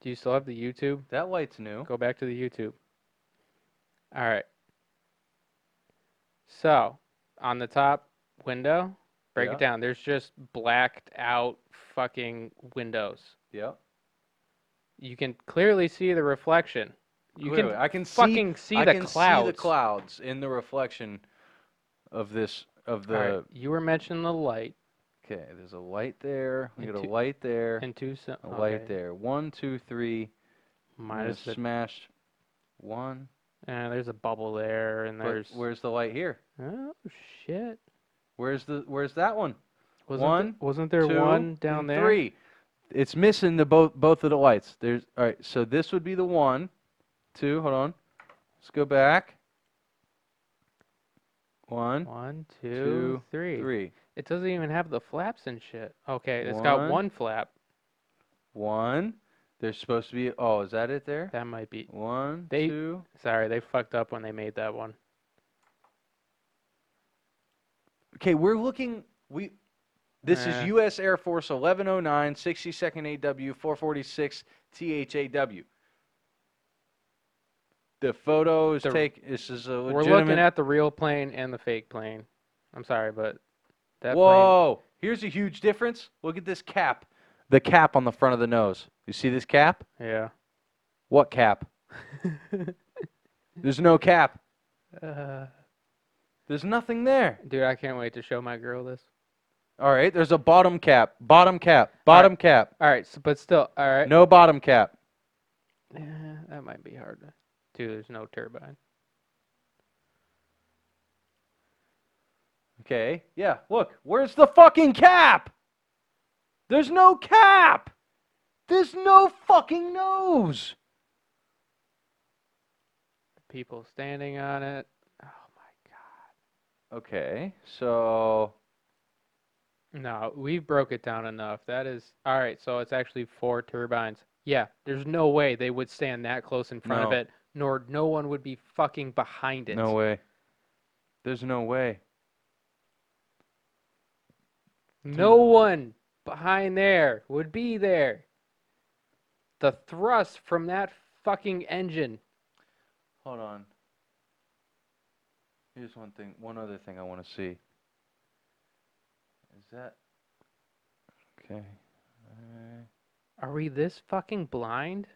[SPEAKER 2] Do you still have the YouTube?
[SPEAKER 1] That light's new.
[SPEAKER 2] Go back to the YouTube. All right. So, on the top window, break
[SPEAKER 1] Yeah.
[SPEAKER 2] it down. There's just blacked out fucking windows.
[SPEAKER 1] Yep.
[SPEAKER 2] You can clearly see the reflection. You
[SPEAKER 1] Clearly.
[SPEAKER 2] can
[SPEAKER 1] I can see
[SPEAKER 2] fucking see,
[SPEAKER 1] I
[SPEAKER 2] the
[SPEAKER 1] can
[SPEAKER 2] clouds.
[SPEAKER 1] see the clouds in the reflection of this of
[SPEAKER 2] All
[SPEAKER 1] the.
[SPEAKER 2] right, You were mentioning the light
[SPEAKER 1] Okay, there's a light there. We
[SPEAKER 2] And
[SPEAKER 1] got a
[SPEAKER 2] two-
[SPEAKER 1] light there.
[SPEAKER 2] and two. So-
[SPEAKER 1] a light
[SPEAKER 2] okay,
[SPEAKER 1] there. One, two, three. I'm
[SPEAKER 2] Minus
[SPEAKER 1] gonna
[SPEAKER 2] the,
[SPEAKER 1] smash. One.
[SPEAKER 2] uh, there's a bubble there, and
[SPEAKER 1] but
[SPEAKER 2] there's.
[SPEAKER 1] where's the light here?
[SPEAKER 2] Oh shit!
[SPEAKER 1] Where's the Where's that one?
[SPEAKER 2] Wasn't
[SPEAKER 1] One,
[SPEAKER 2] th- wasn't there
[SPEAKER 1] Two,
[SPEAKER 2] one down
[SPEAKER 1] and
[SPEAKER 2] there?
[SPEAKER 1] Three. It's missing the both both of the lights. There's all right. So this would be the one, two. Hold on. Let's go back. One,
[SPEAKER 2] One,
[SPEAKER 1] Two,
[SPEAKER 2] two, three.
[SPEAKER 1] three.
[SPEAKER 2] It doesn't even have the flaps and shit. Okay, it's got
[SPEAKER 1] One.
[SPEAKER 2] one flap.
[SPEAKER 1] One. There's supposed to be. Oh, is that it there?
[SPEAKER 2] That might be.
[SPEAKER 1] One,
[SPEAKER 2] They-
[SPEAKER 1] two.
[SPEAKER 2] Sorry, they fucked up when they made that one.
[SPEAKER 1] Okay, we're looking. We. This
[SPEAKER 2] Eh.
[SPEAKER 1] is U.S. Air Force 1109, 62nd AW, 446 THAW. The photo is
[SPEAKER 2] The-
[SPEAKER 1] take. This is a legitimate.
[SPEAKER 2] We're looking at the real plane and the fake plane. I'm sorry, but that
[SPEAKER 1] Whoa! Here's a huge difference. Look at this cap. The cap on the front of the nose. You see this cap?
[SPEAKER 2] plane. Yeah.
[SPEAKER 1] What cap? There's no cap.
[SPEAKER 2] uh,
[SPEAKER 1] There's nothing there.
[SPEAKER 2] dude, I can't wait to show my girl this.
[SPEAKER 1] All right. There's a bottom cap. Bottom cap. Bottom cap.
[SPEAKER 2] All right, so, but still, all right.
[SPEAKER 1] No bottom cap.
[SPEAKER 2] Eh, that might be hard. to- Dude, there's no turbine.
[SPEAKER 1] Okay. Yeah. Look, where's the fucking cap? There's no cap. There's no fucking nose.
[SPEAKER 2] People standing on it. Oh my god.
[SPEAKER 1] Okay. So
[SPEAKER 2] No, we broke it down enough. That is all right. So it's actually four turbines. Yeah, there's no way they would stand that close in front of
[SPEAKER 1] No.
[SPEAKER 2] it, nor no one would be fucking behind it.
[SPEAKER 1] No way. There's no way.
[SPEAKER 2] No one behind there would be there. The thrust from that fucking engine.
[SPEAKER 1] Hold on. Here's one thing. One other thing I want to see. Is that okay? Uh,
[SPEAKER 2] Are we this fucking blind?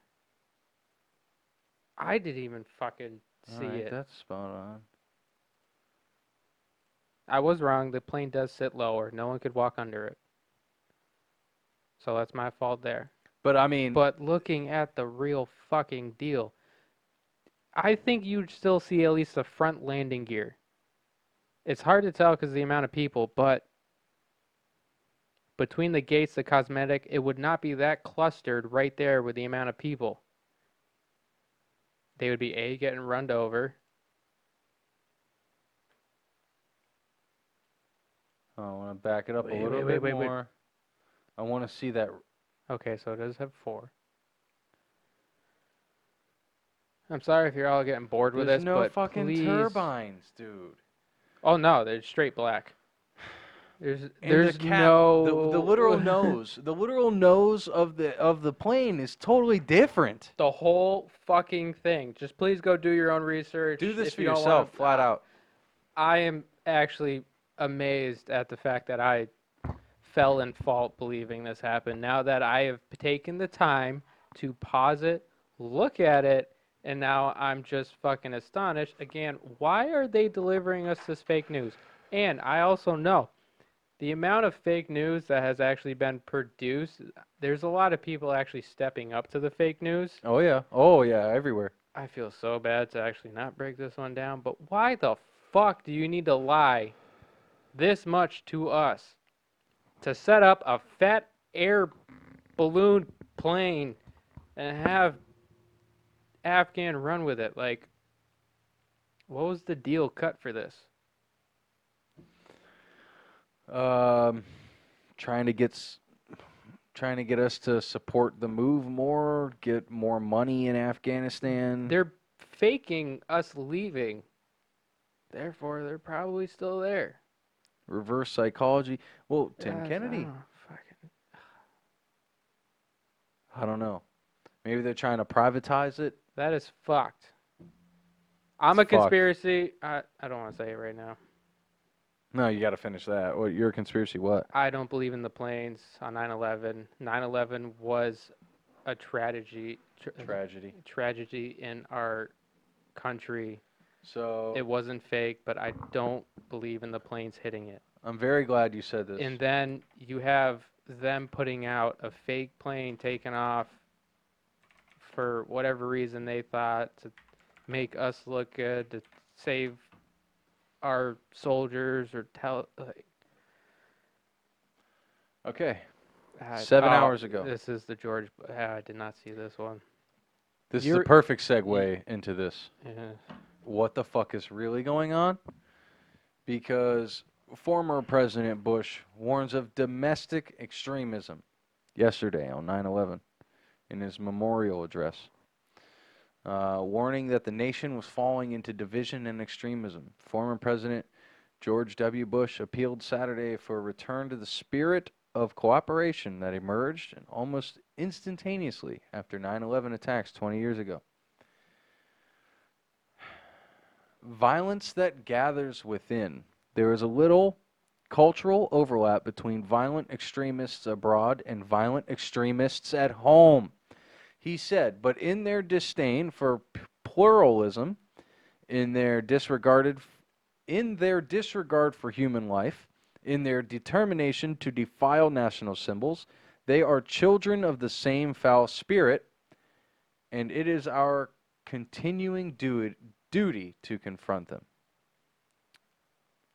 [SPEAKER 2] I didn't even fucking see
[SPEAKER 1] alright,
[SPEAKER 2] it.
[SPEAKER 1] That's spot on.
[SPEAKER 2] I was wrong. The plane does sit lower. No one could walk under it. So that's my fault there.
[SPEAKER 1] But I mean,
[SPEAKER 2] But looking at the real fucking deal, I think you'd still see at least the front landing gear. It's hard to tell because the amount of people, but between the gates, the cosmetic, it would not be that clustered right there with the amount of people. They would be A, getting runned over.
[SPEAKER 1] I want to back it up a
[SPEAKER 2] Wait,
[SPEAKER 1] little
[SPEAKER 2] wait,
[SPEAKER 1] bit
[SPEAKER 2] wait, wait, wait.
[SPEAKER 1] more. I want to see that.
[SPEAKER 2] Okay, so it does have four. I'm sorry if you're all getting bored with
[SPEAKER 1] There's
[SPEAKER 2] this,
[SPEAKER 1] no
[SPEAKER 2] but
[SPEAKER 1] fucking
[SPEAKER 2] please-
[SPEAKER 1] turbines, dude.
[SPEAKER 2] Oh no, they're straight black. There's
[SPEAKER 1] And
[SPEAKER 2] there's
[SPEAKER 1] the cap,
[SPEAKER 2] no
[SPEAKER 1] the, the literal nose. The literal nose of the of the plane is totally different.
[SPEAKER 2] the whole fucking thing. Just please go do your own research.
[SPEAKER 1] Do this
[SPEAKER 2] if
[SPEAKER 1] for
[SPEAKER 2] you don't wanna-
[SPEAKER 1] yourself, flat out.
[SPEAKER 2] I am actually amazed at the fact that I fell in fault believing this happened. Now that I have taken the time to pause it, look at it, and now I'm just fucking astonished. Again, why are they delivering us this fake news? And I also know the amount of fake news that has actually been produced, there's a lot of people actually stepping up to the fake news.
[SPEAKER 1] Oh yeah. Oh yeah. Everywhere.
[SPEAKER 2] I feel so bad to actually not break this one down, but why the fuck do you need to lie this much to us to set up a fat air balloon plane and have Afghan run with it? Like, what was the deal cut for this?
[SPEAKER 1] Um, trying to get s- trying to get us to support the move more, get more money in Afghanistan.
[SPEAKER 2] They're faking us leaving, therefore, they're probably still there.
[SPEAKER 1] Reverse psychology. Well, Tim
[SPEAKER 2] Yes, I
[SPEAKER 1] Kennedy.
[SPEAKER 2] don't fucking-
[SPEAKER 1] I don't know. Maybe they're trying to privatize it.
[SPEAKER 2] That is fucked.
[SPEAKER 1] It's
[SPEAKER 2] I'm a
[SPEAKER 1] fucked.
[SPEAKER 2] conspiracy. I, I don't want to say it right now.
[SPEAKER 1] No, you got to finish that. What your conspiracy? What?
[SPEAKER 2] I don't believe in the planes on 9 11. 9 11 was a tragedy, tr-
[SPEAKER 1] Tragedy.
[SPEAKER 2] tragedy in our country.
[SPEAKER 1] So
[SPEAKER 2] It wasn't fake, but I don't believe in the planes hitting it.
[SPEAKER 1] I'm very glad you said this.
[SPEAKER 2] And then you have them putting out a fake plane taking off for whatever reason they thought to make us look good, to save our soldiers or tell. Like,
[SPEAKER 1] okay.
[SPEAKER 2] ah,
[SPEAKER 1] Seven hours ago.
[SPEAKER 2] This is the George. ah, I did not see this one.
[SPEAKER 1] This is
[SPEAKER 2] You're-
[SPEAKER 1] the perfect segue into this.
[SPEAKER 2] Yeah.
[SPEAKER 1] what the fuck is really going on because former President Bush warns of domestic extremism yesterday on 9 11 in his memorial address, uh, warning that the nation was falling into division and extremism. Former President George W. Bush appealed Saturday for a return to the spirit of cooperation that emerged and almost instantaneously after 9 11 attacks 20 years ago. violence that gathers within. There is a little cultural overlap between violent extremists abroad and violent extremists at home, he said. But in their disdain for p- pluralism, in their disregarded, f- in their disregard for human life, in their determination to defile national symbols, they are children of the same foul spirit, and it is our continuing duty duty to confront them.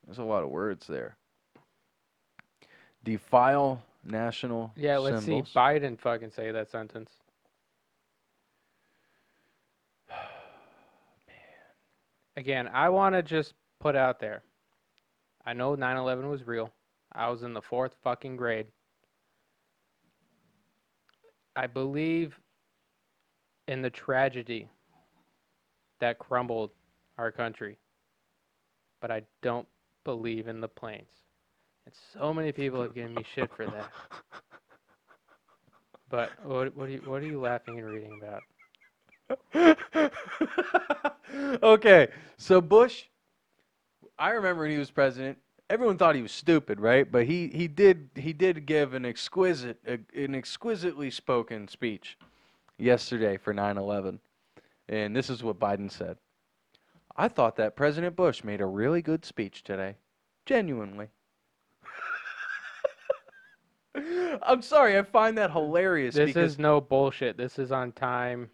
[SPEAKER 1] There's a lot of words there. Defile national
[SPEAKER 2] Yeah, let's
[SPEAKER 1] symbols.
[SPEAKER 2] see Biden fucking say that sentence. Again, I want to just put out there. I know 9/11 was real. I was in the fourth fucking grade. I believe in the tragedy that crumbled our country, but I don't believe in the planes. And so many people have given me shit for that. But what, what, are you, what are you laughing and reading about?
[SPEAKER 1] okay, so Bush, I remember when he was president, everyone thought he was stupid, right? But he, he did he did give an exquisite an exquisitely spoken speech yesterday for 9/11. And this is what Biden said. I thought that President Bush made a really good speech today. Genuinely. I'm sorry, I find that hilarious
[SPEAKER 2] This
[SPEAKER 1] because
[SPEAKER 2] is no bullshit. This is on time.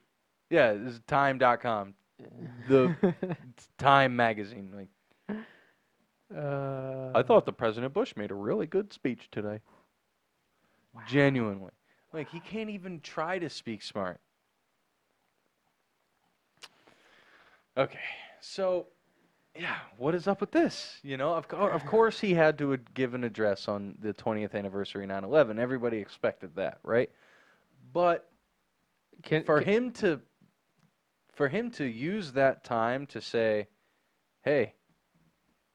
[SPEAKER 1] yeah, this is time.com. The it's Time magazine. Like, um,
[SPEAKER 2] uh,
[SPEAKER 5] I thought the
[SPEAKER 1] President Bush made a really good speech today. Genuinely. Like, he can't even try to speak smart. Okay, so, yeah, what is up with this? You know, of, cour- of course he had to ad- give an address on the 20th anniversary 9 11. Everybody expected that, right? But
[SPEAKER 2] can,
[SPEAKER 1] for
[SPEAKER 2] can-
[SPEAKER 1] him to for him to use that time to say hey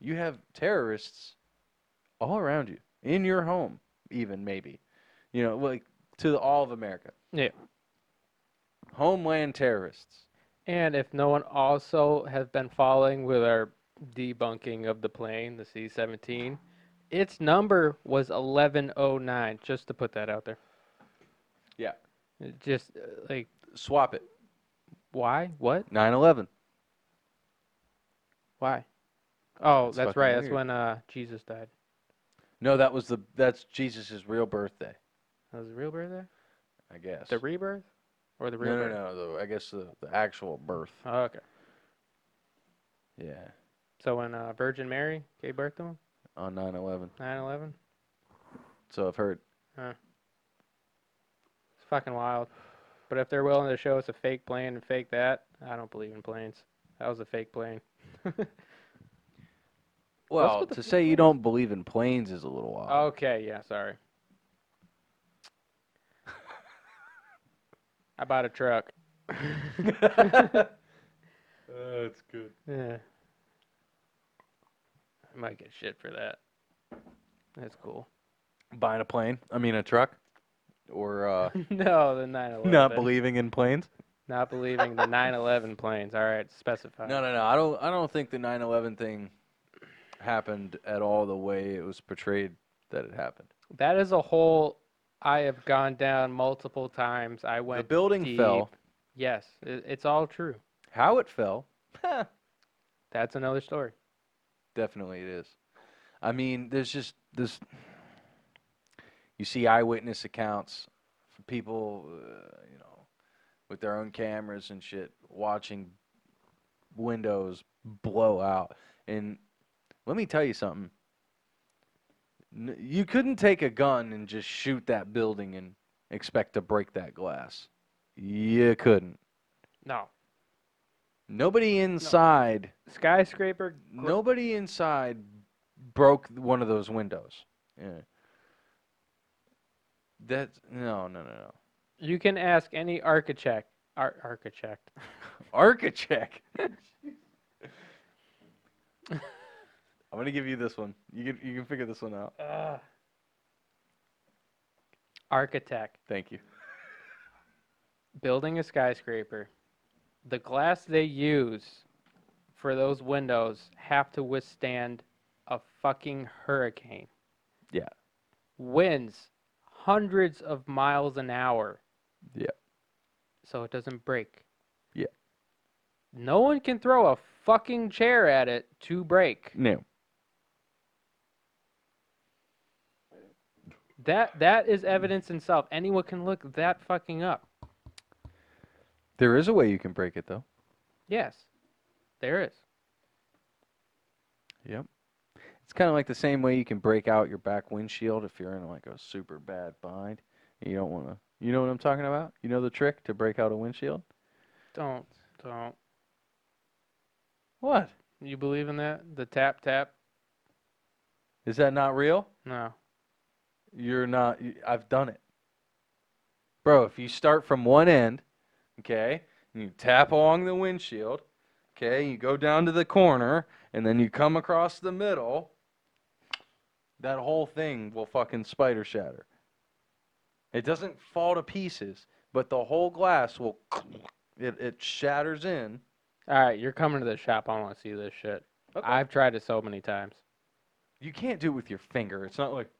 [SPEAKER 1] you have terrorists all around you in your home even maybe you know like to all of america
[SPEAKER 2] Yeah.
[SPEAKER 1] homeland terrorists
[SPEAKER 2] And if no one also has been following with our debunking of the plane, the C 17, its number was 1109, just to put that out there.
[SPEAKER 1] Yeah.
[SPEAKER 2] It Just uh, like,
[SPEAKER 1] swap it
[SPEAKER 2] why? What?
[SPEAKER 1] 9-11
[SPEAKER 2] Why? Oh,
[SPEAKER 1] That's
[SPEAKER 2] that's,
[SPEAKER 1] fucking
[SPEAKER 2] right. That's
[SPEAKER 1] weird.
[SPEAKER 2] when uh, Jesus died.
[SPEAKER 1] no that was the that's jesus' real birthday
[SPEAKER 2] That was the real birthday?
[SPEAKER 1] i guess
[SPEAKER 2] The rebirth? Or the real
[SPEAKER 1] no no
[SPEAKER 2] birth?
[SPEAKER 1] no the, i guess the, the actual birth
[SPEAKER 2] Oh, okay.
[SPEAKER 1] yeah
[SPEAKER 2] So when uh, Virgin Mary gave birth to him,
[SPEAKER 1] on 9-11
[SPEAKER 2] 9 11?
[SPEAKER 1] so i've heard
[SPEAKER 2] It's fucking wild. But if they're willing to show us a fake plane and fake that, I don't believe in planes. That was a fake plane. What's
[SPEAKER 1] well
[SPEAKER 2] with the Oh,
[SPEAKER 1] to say you don't believe in planes is a little wild
[SPEAKER 2] Okay, yeah, sorry. I bought a truck.
[SPEAKER 5] That's good.
[SPEAKER 2] Yeah. I might get shit for that. That's cool.
[SPEAKER 1] buying a plane. I mean, a truck, or uh,
[SPEAKER 2] no, the 9 11.
[SPEAKER 1] not believing in planes.
[SPEAKER 2] Not believing the 9 11 planes. All right, specify.
[SPEAKER 1] No, no, no. I don't. I don't think the 9/11 thing happened at all the way it was portrayed that it happened.
[SPEAKER 2] That is a hole I have gone down multiple times. I
[SPEAKER 1] The
[SPEAKER 2] went.
[SPEAKER 1] building fell.
[SPEAKER 2] deep. Yes, it, it's all true.
[SPEAKER 1] How it fell?
[SPEAKER 2] That's another story.
[SPEAKER 1] Definitely, it is. I mean, there's just this. You see eyewitness accounts, from people, uh, you know, with their own cameras and shit, watching windows blow out. And let me tell you something. N- You couldn't take a gun and just shoot that building and expect to break that glass. You couldn't.
[SPEAKER 2] No.
[SPEAKER 1] Nobody inside
[SPEAKER 2] Skyscraper. gr-
[SPEAKER 1] Nobody inside broke one of those windows. Yeah. That no no no no.
[SPEAKER 2] You can ask any architect. Ar- architect.
[SPEAKER 1] Architect. I'm gonna give you this one. You can you can figure this one out.
[SPEAKER 2] Ugh. Architect.
[SPEAKER 1] Thank you.
[SPEAKER 2] Building a skyscraper. The glass they use for those windows have to withstand a fucking hurricane.
[SPEAKER 1] Yeah.
[SPEAKER 2] Winds hundreds of miles an hour.
[SPEAKER 1] Yeah.
[SPEAKER 2] So it doesn't break.
[SPEAKER 1] Yeah.
[SPEAKER 2] No one can throw a fucking chair at it to break.
[SPEAKER 1] No.
[SPEAKER 2] That that is evidence in itself. Anyone can look that fucking up.
[SPEAKER 1] There is a way you can break it though.
[SPEAKER 2] Yes, there is.
[SPEAKER 1] It's kind of like the same way you can break out your back windshield if you're in like a super bad bind. and You don't want to. You know what I'm talking about? You know the trick to break out a windshield?
[SPEAKER 2] Don't don't.
[SPEAKER 1] What?
[SPEAKER 2] You believe in that? The tap tap.
[SPEAKER 1] Is that not real?
[SPEAKER 2] No.
[SPEAKER 1] You're not. y- I've done it, bro. If you start from one end, okay, and you tap along the windshield, okay, you go down to the corner, and then you come across the middle. That whole thing will fucking spider shatter. It doesn't fall to pieces, but the whole glass will. It it shatters in.
[SPEAKER 2] All right, you're coming to the shop. I want to see this shit.
[SPEAKER 1] Okay.
[SPEAKER 2] I've tried it so many times.
[SPEAKER 1] You can't do it with your finger. It's not like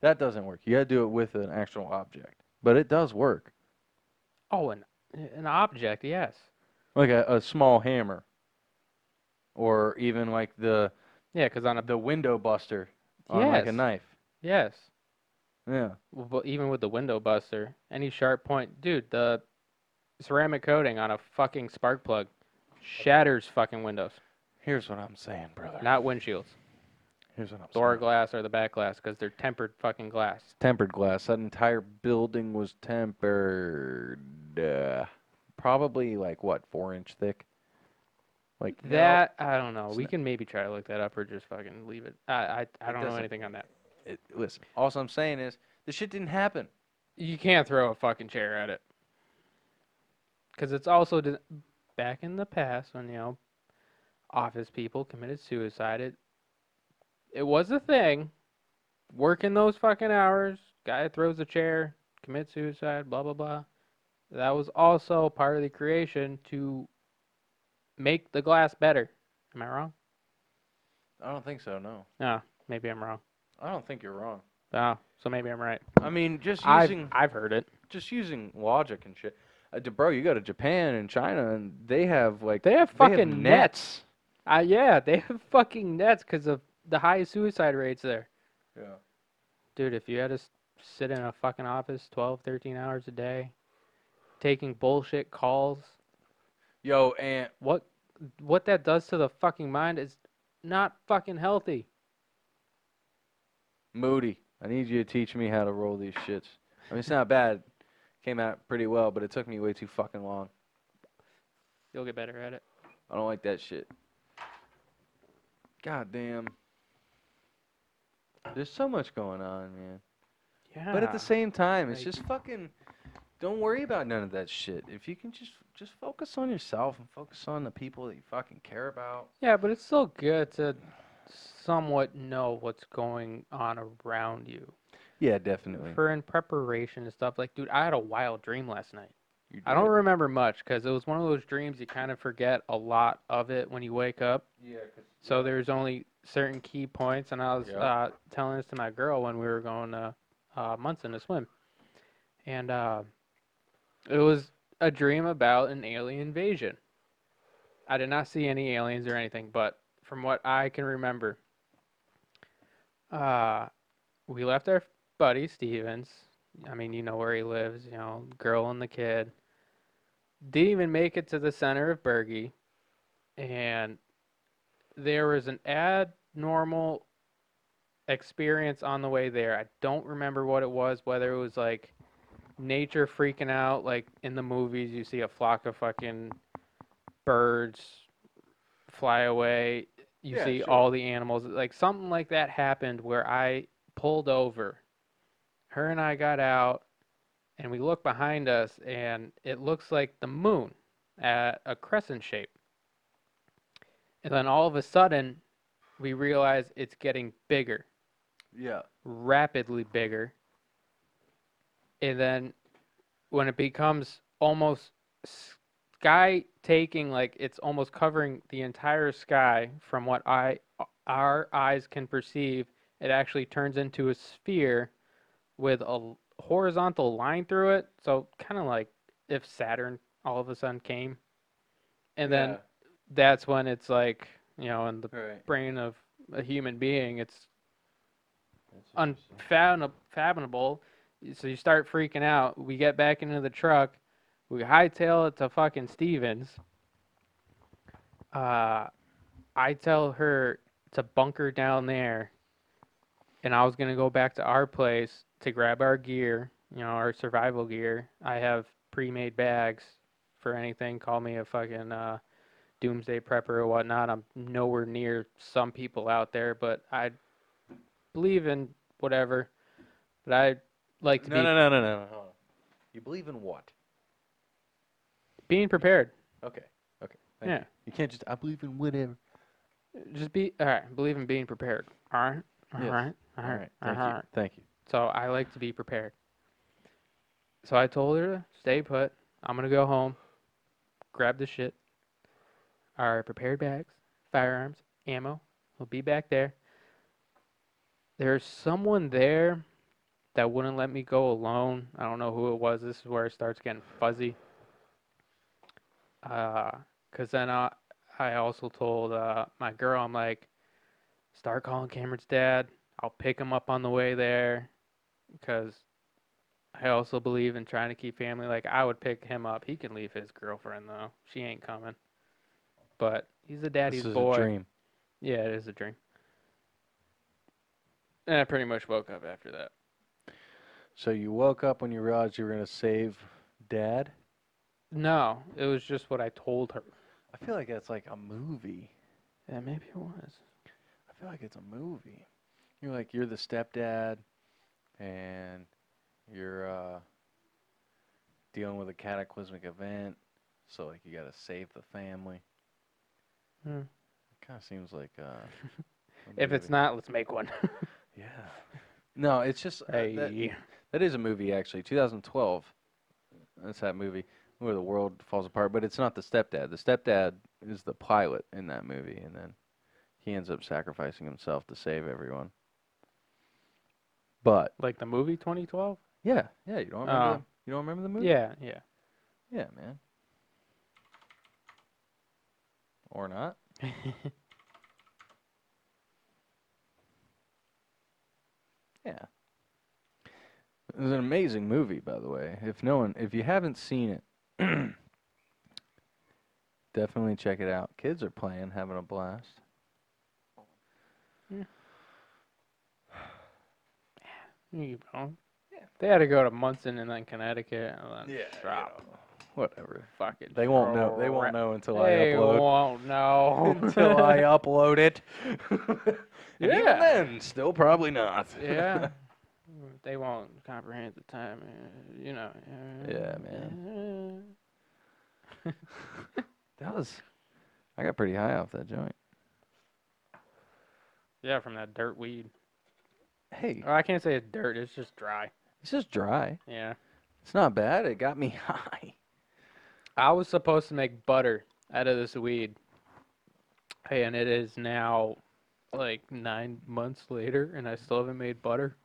[SPEAKER 1] that doesn't work. You got to do it with an actual object, but it does work,
[SPEAKER 2] Oh, an an object, yes.
[SPEAKER 1] like a, a small hammer, or even like the
[SPEAKER 2] Yeah, because on a
[SPEAKER 1] the window buster on like a
[SPEAKER 2] Yes.
[SPEAKER 1] knife.
[SPEAKER 2] yes,
[SPEAKER 1] Yeah,
[SPEAKER 2] Well, but even with the window buster, any sharp point, dude, the ceramic coating on a fucking spark plug shatters fucking windows,
[SPEAKER 1] here's what I'm saying, brother.
[SPEAKER 2] not windshields,
[SPEAKER 1] Here's what I'm
[SPEAKER 2] door
[SPEAKER 1] saying.
[SPEAKER 2] glass or the back glass, because they're tempered fucking glass.
[SPEAKER 1] Tempered glass. That entire building was tempered. Uh, probably like what four inch thick. Like
[SPEAKER 2] That I don't know.
[SPEAKER 1] It's
[SPEAKER 2] We
[SPEAKER 1] not-
[SPEAKER 2] can maybe try to look that up or just fucking leave it. I I, I
[SPEAKER 1] It
[SPEAKER 2] don't know
[SPEAKER 1] doesn't-
[SPEAKER 2] anything on that.
[SPEAKER 1] it, listen, all I'm saying is this shit didn't happen.
[SPEAKER 2] You can't throw a fucking chair at it. Because it's also de- back in the past when, you know, office people committed suicide. It, it was a thing. Working those fucking hours, guy throws a chair, commits suicide, blah, blah, blah. That was also part of the creation to make the glass better. Am I wrong?
[SPEAKER 1] I don't think so. No,
[SPEAKER 2] Maybe I'm wrong.
[SPEAKER 1] I don't think you're wrong.
[SPEAKER 2] Oh, so maybe I'm right.
[SPEAKER 1] I mean, just
[SPEAKER 2] I've,
[SPEAKER 1] using
[SPEAKER 2] I've heard it.
[SPEAKER 1] just using logic and shit. Uh, d- bro, you go to Japan and China, and they have like
[SPEAKER 2] They have fucking
[SPEAKER 1] nets.
[SPEAKER 2] nets. Uh, yeah, they have fucking nets because of the high suicide rates there.
[SPEAKER 1] Yeah.
[SPEAKER 2] Dude, if you had to s- sit in a fucking office 12, 13 hours a day, taking bullshit calls,
[SPEAKER 1] Yo, and
[SPEAKER 2] what what that does to the fucking mind is not fucking healthy.
[SPEAKER 1] Moody, I need you to teach me how to roll these shits. I mean, it's not bad. Came out pretty well, but it took me way too fucking long.
[SPEAKER 2] You'll get better at it.
[SPEAKER 1] I don't like that shit. God damn. There's so much going on, man.
[SPEAKER 2] Yeah.
[SPEAKER 1] But at the same time, it's
[SPEAKER 2] Like-
[SPEAKER 1] just fucking. Don't worry about none of that shit. If you can just just focus on yourself and focus on the people that you fucking care about.
[SPEAKER 2] Yeah, but it's still good to somewhat know what's going on around you.
[SPEAKER 1] Yeah, definitely.
[SPEAKER 2] For in preparation and stuff like, dude, I had a wild dream last night. I don't remember much because it was one of those dreams you kind of forget a lot of it when you wake up.
[SPEAKER 1] Yeah, cause,
[SPEAKER 2] So there's only certain key points, and I was
[SPEAKER 1] Yeah.
[SPEAKER 2] uh, telling this to my girl when we were going to uh, Munson to swim, and uh, it was a dream about an alien invasion. I did not see any aliens or anything, but from what I can remember, uh, we left our buddy Stevens. I mean, you know where he lives, you know, girl and the kid. Didn't even make it to the center of Bergie. And there was an abnormal experience on the way there. I don't remember what it was, whether it was like nature freaking out, like in the movies, you see a flock of fucking birds fly away. You
[SPEAKER 1] Yeah,
[SPEAKER 2] see
[SPEAKER 1] sure.
[SPEAKER 2] all the animals. Like something like that happened where I pulled over. Her and I got out, and we look behind us, and it looks like the moon at a crescent shape. And then all of a sudden, we realize it's getting bigger,
[SPEAKER 1] yeah.
[SPEAKER 2] rapidly bigger. And then when it becomes almost sky taking, like it's almost covering the entire sky from what I our eyes can perceive, it actually turns into a sphere with a l- horizontal line through it. So kind of like if Saturn all of a sudden came. And then that's when it's like, you know, in the
[SPEAKER 1] Right.
[SPEAKER 2] brain of a human being, it's unfathomable. So you start freaking out. We get back into the truck. We hightail it to fucking Stevens. Uh, I tell her to bunker down there, and I was gonna go back to our place to grab our gear, you know, our survival gear. I have pre-made bags for anything. Call me a fucking uh, doomsday prepper or whatnot. I'm nowhere near some people out there, but I believe in whatever. But I like to
[SPEAKER 6] No,
[SPEAKER 2] be
[SPEAKER 6] no, no, no, no, no. hold on. You believe in what?
[SPEAKER 2] being prepared.
[SPEAKER 6] Okay. Okay. Thank
[SPEAKER 2] Yeah,
[SPEAKER 6] You. you can't just I believe in whatever.
[SPEAKER 2] just be all right. Believe in being prepared. All right, all
[SPEAKER 6] Yes.
[SPEAKER 2] right, all
[SPEAKER 6] All
[SPEAKER 2] right,
[SPEAKER 6] right. Thank
[SPEAKER 2] uh-huh.
[SPEAKER 6] you. Thank you.
[SPEAKER 2] So I like to be prepared. So I told her to stay put. I'm gonna go home, grab the shit, our prepared bags, firearms, ammo. We'll be back there. There's someone there that wouldn't let me go alone. I don't know who it was. This is where it starts getting fuzzy. Uh, cause then I, I also told uh, my girl, I'm like, start calling Cameron's dad. I'll pick him up on the way there because I also believe in trying to keep family. Like, I would pick him up. He can leave his girlfriend, though. She ain't coming. But he's a daddy's
[SPEAKER 1] this is
[SPEAKER 2] boy.
[SPEAKER 1] a dream.
[SPEAKER 2] Yeah, it is a dream. And I pretty much woke up after that.
[SPEAKER 1] So you woke up when you realized you were gonna save dad.
[SPEAKER 2] No, it was just what I told her.
[SPEAKER 1] I feel like that's like a movie.
[SPEAKER 2] Yeah, maybe it was.
[SPEAKER 1] I feel like it's a movie. You're like you're the stepdad, and you're uh, dealing with a cataclysmic event. So like you gotta save the family.
[SPEAKER 2] Hmm.
[SPEAKER 1] It kind of seems like uh, a
[SPEAKER 2] If it's
[SPEAKER 1] movie.
[SPEAKER 2] not, let's make one.
[SPEAKER 1] yeah. No, it's just uh,
[SPEAKER 2] hey,
[SPEAKER 1] that- That is a movie, actually. 2012. That's that movie where the world falls apart, but it's not the stepdad. The stepdad is the pilot in that movie, and then he ends up sacrificing himself to save everyone. But
[SPEAKER 2] like the movie 2012?
[SPEAKER 1] yeah, yeah, you don't remember.
[SPEAKER 2] Oh.
[SPEAKER 1] the- you don't remember the movie?
[SPEAKER 2] Yeah, yeah.
[SPEAKER 1] yeah, man. Or not? Yeah. It was an amazing movie, by the way. If no one, if you haven't seen it, definitely check it out. Kids are playing, having a blast.
[SPEAKER 2] You keep going. They had to go to Munson and then Connecticut and then
[SPEAKER 6] Yeah,
[SPEAKER 2] drop.
[SPEAKER 1] Whatever.
[SPEAKER 2] Fucking
[SPEAKER 1] They won't know. They won't
[SPEAKER 2] crap.
[SPEAKER 1] know until
[SPEAKER 2] They
[SPEAKER 1] I upload.
[SPEAKER 2] won't know.
[SPEAKER 1] until I upload it. And
[SPEAKER 2] Yeah.
[SPEAKER 1] Even then, still probably not.
[SPEAKER 2] yeah. They won't comprehend the time, uh, you know. uh,
[SPEAKER 1] Yeah,
[SPEAKER 2] man.
[SPEAKER 1] that was. I got pretty high off that joint.
[SPEAKER 2] Yeah, from that dirt weed.
[SPEAKER 1] Hey,
[SPEAKER 2] Oh, I can't say it's dirt. It's just dry.
[SPEAKER 1] it's just dry.
[SPEAKER 2] Yeah.
[SPEAKER 1] It's not bad. It got me high.
[SPEAKER 2] I was supposed to make butter out of this weed, and it is now like nine months later, and I still haven't made butter.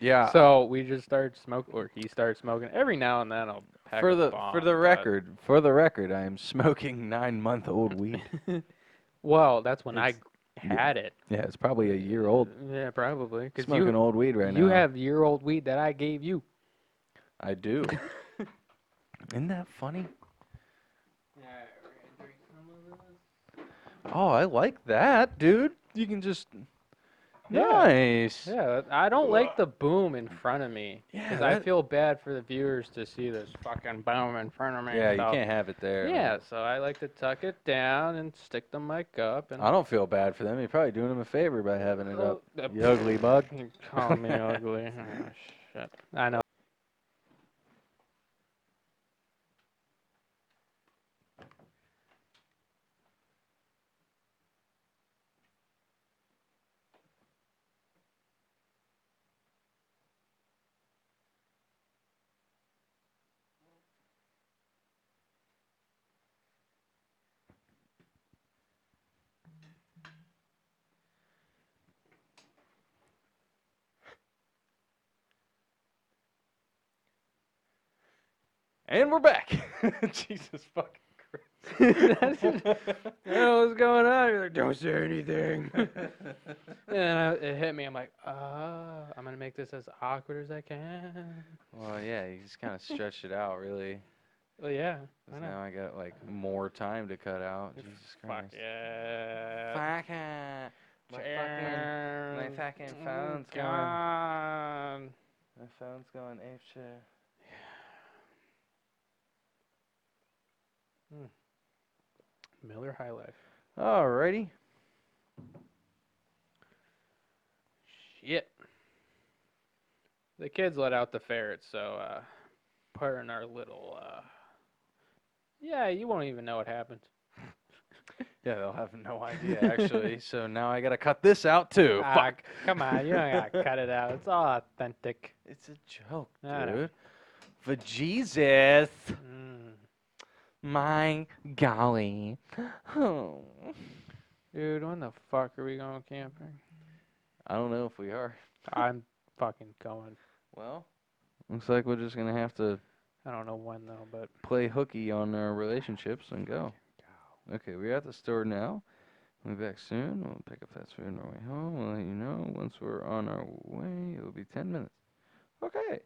[SPEAKER 1] Yeah.
[SPEAKER 2] So we just started smoking, or he started smoking. Every now and then, I'll pack
[SPEAKER 1] for
[SPEAKER 2] a
[SPEAKER 1] the for
[SPEAKER 2] bomb,
[SPEAKER 1] the
[SPEAKER 2] but-
[SPEAKER 1] record, for the record, I am smoking nine month old weed.
[SPEAKER 2] Well, that's when
[SPEAKER 1] It's-
[SPEAKER 2] I g- had it.
[SPEAKER 1] yeah, it's probably a year old.
[SPEAKER 2] Yeah, probably. Because
[SPEAKER 1] Smoking
[SPEAKER 2] you,
[SPEAKER 1] old weed right
[SPEAKER 2] you
[SPEAKER 1] now.
[SPEAKER 2] have year old weed that I gave you.
[SPEAKER 1] I do. Isn't that funny? Oh, I like that, dude. You can just
[SPEAKER 2] Yeah.
[SPEAKER 1] nice.
[SPEAKER 2] Yeah, I don't like the boom in front of me.
[SPEAKER 1] Yeah,
[SPEAKER 2] Because I
[SPEAKER 1] that-
[SPEAKER 2] feel bad for the viewers to see this fucking boom in front of me.
[SPEAKER 1] yeah, you
[SPEAKER 2] so-
[SPEAKER 1] can't have it there. man.
[SPEAKER 2] Yeah, so I like to tuck it down and stick the mic up and
[SPEAKER 1] I don't feel bad for them. You're probably doing them a favor by having it up.
[SPEAKER 2] Oh, uh,
[SPEAKER 1] You ugly bug.
[SPEAKER 2] You call me ugly. Oh, shit. I know.
[SPEAKER 1] And we're back. Jesus fucking Christ.
[SPEAKER 2] know what's going on? You're like, don't say anything. and then I, it hit me. I'm like, ah, I'm gonna make this as awkward as I can.
[SPEAKER 1] well, yeah, you just kind of stretched it out, really.
[SPEAKER 2] Well, yeah,
[SPEAKER 1] 'Cause
[SPEAKER 2] I know.
[SPEAKER 1] now I got like more time to cut out.
[SPEAKER 2] You're
[SPEAKER 1] Jesus
[SPEAKER 2] Fuck
[SPEAKER 1] Christ.
[SPEAKER 2] yeah.
[SPEAKER 1] Fuck yeah. My fucking, my
[SPEAKER 2] Damn.
[SPEAKER 1] fucking
[SPEAKER 2] Oh,
[SPEAKER 1] phone's going.
[SPEAKER 2] God.
[SPEAKER 1] My phone's going apeshit.
[SPEAKER 2] Miller High Life.
[SPEAKER 7] Alrighty.
[SPEAKER 2] Shit. The kids let out the ferrets, so uh pardon our little uh Yeah, you won't even know what happened.
[SPEAKER 1] Yeah, they'll have no idea actually. so now I gotta cut this out too.
[SPEAKER 2] Ah,
[SPEAKER 1] Fuck.
[SPEAKER 2] Come on, you don't gotta cut it out. It's all authentic.
[SPEAKER 1] It's a joke,
[SPEAKER 2] I know.
[SPEAKER 1] dude. For Jesus,
[SPEAKER 2] Mm.
[SPEAKER 1] my golly. Oh.
[SPEAKER 2] Dude, when the fuck are we going camping?
[SPEAKER 1] I don't know if we are.
[SPEAKER 2] I'm fucking going.
[SPEAKER 1] Well, looks like we're just gonna have to
[SPEAKER 2] I don't know when though, but
[SPEAKER 1] play hooky on our relationships and go. Okay, we're at the store now. We'll be back soon. We'll pick up fast food on our way home. We'll let you know once we're on our way. It'll be 10 minutes. Okay.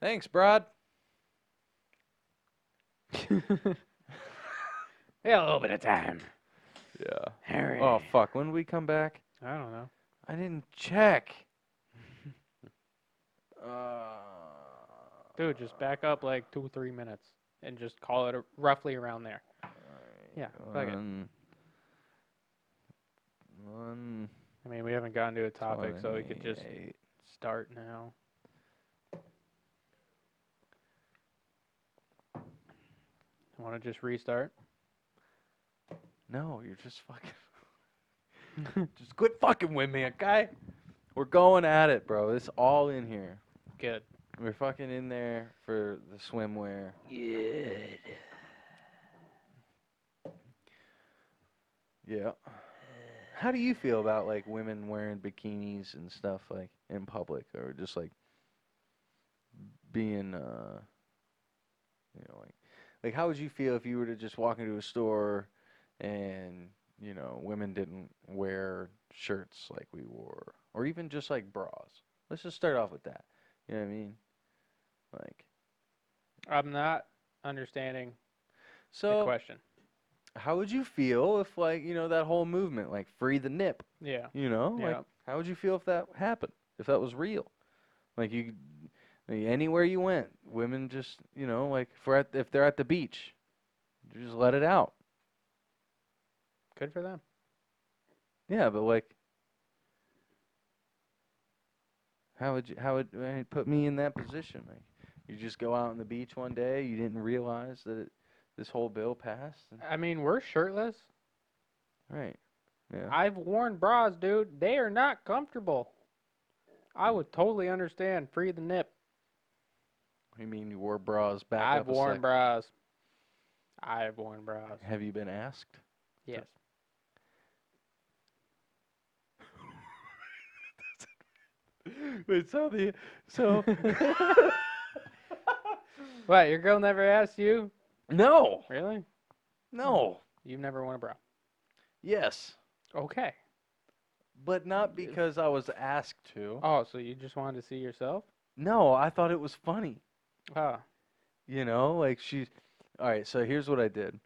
[SPEAKER 1] Thanks, Brad.
[SPEAKER 2] yeah, a little bit of time.
[SPEAKER 1] Yeah.
[SPEAKER 2] Hurry.
[SPEAKER 1] Oh, fuck. When we come back?
[SPEAKER 2] I don't know.
[SPEAKER 1] I didn't check. uh,
[SPEAKER 2] Dude, just back up like two, three minutes and just call it a, roughly around there. Yeah, fuck it.
[SPEAKER 1] One. One.
[SPEAKER 2] I mean, we haven't gotten to a topic, so we could just
[SPEAKER 1] 28.
[SPEAKER 2] start now. Want to just restart?
[SPEAKER 1] No, you're just fucking. just quit fucking with me, okay? We're going at it, bro. It's all in here.
[SPEAKER 2] Good.
[SPEAKER 1] We're fucking in there for the swimwear.
[SPEAKER 2] Good.
[SPEAKER 1] Yeah. How do you feel about like women wearing bikinis and stuff like in public or just like being uh you know like like how would you feel if you were to just walk into a store and you know women didn't wear shirts like we wore or even just like bras. Let's just start off with that. You know what I mean? Like
[SPEAKER 2] I'm not understanding the
[SPEAKER 1] so
[SPEAKER 2] question.
[SPEAKER 1] how would you feel if like you know that whole movement like free the nip
[SPEAKER 2] Yeah.
[SPEAKER 1] You know,
[SPEAKER 2] Yeah.
[SPEAKER 1] like how would you feel if that happened? If that was real? Like you like, anywhere you went, women just, you know, like if, we're at, if they're at the beach, you just let it out.
[SPEAKER 2] Good for them.
[SPEAKER 1] Yeah, but like how would you how would uh, put me in that position? Like you just go out on the beach one day, you didn't realize that it, this whole bill passed. and-
[SPEAKER 2] I mean, we're shirtless.
[SPEAKER 1] right. Yeah.
[SPEAKER 2] I've worn bras, dude. They are not comfortable. I would totally understand. Free the nip.
[SPEAKER 1] You mean you wore bras back
[SPEAKER 2] I've
[SPEAKER 1] up a
[SPEAKER 2] worn
[SPEAKER 1] sec.
[SPEAKER 2] bras. I've worn bras.
[SPEAKER 1] Have you been asked?
[SPEAKER 2] Yes.
[SPEAKER 1] Wait, so the so
[SPEAKER 2] What? Your girl never asked you?
[SPEAKER 1] No.
[SPEAKER 2] Really?
[SPEAKER 1] No.
[SPEAKER 2] You've never worn a bra?
[SPEAKER 1] Hmm. Yes.
[SPEAKER 2] Okay.
[SPEAKER 1] But not because I was asked to.
[SPEAKER 2] Oh, so you just wanted to see yourself?
[SPEAKER 1] No, I thought it was funny.
[SPEAKER 2] Oh.
[SPEAKER 1] You know, like she. All right, so here's what I did.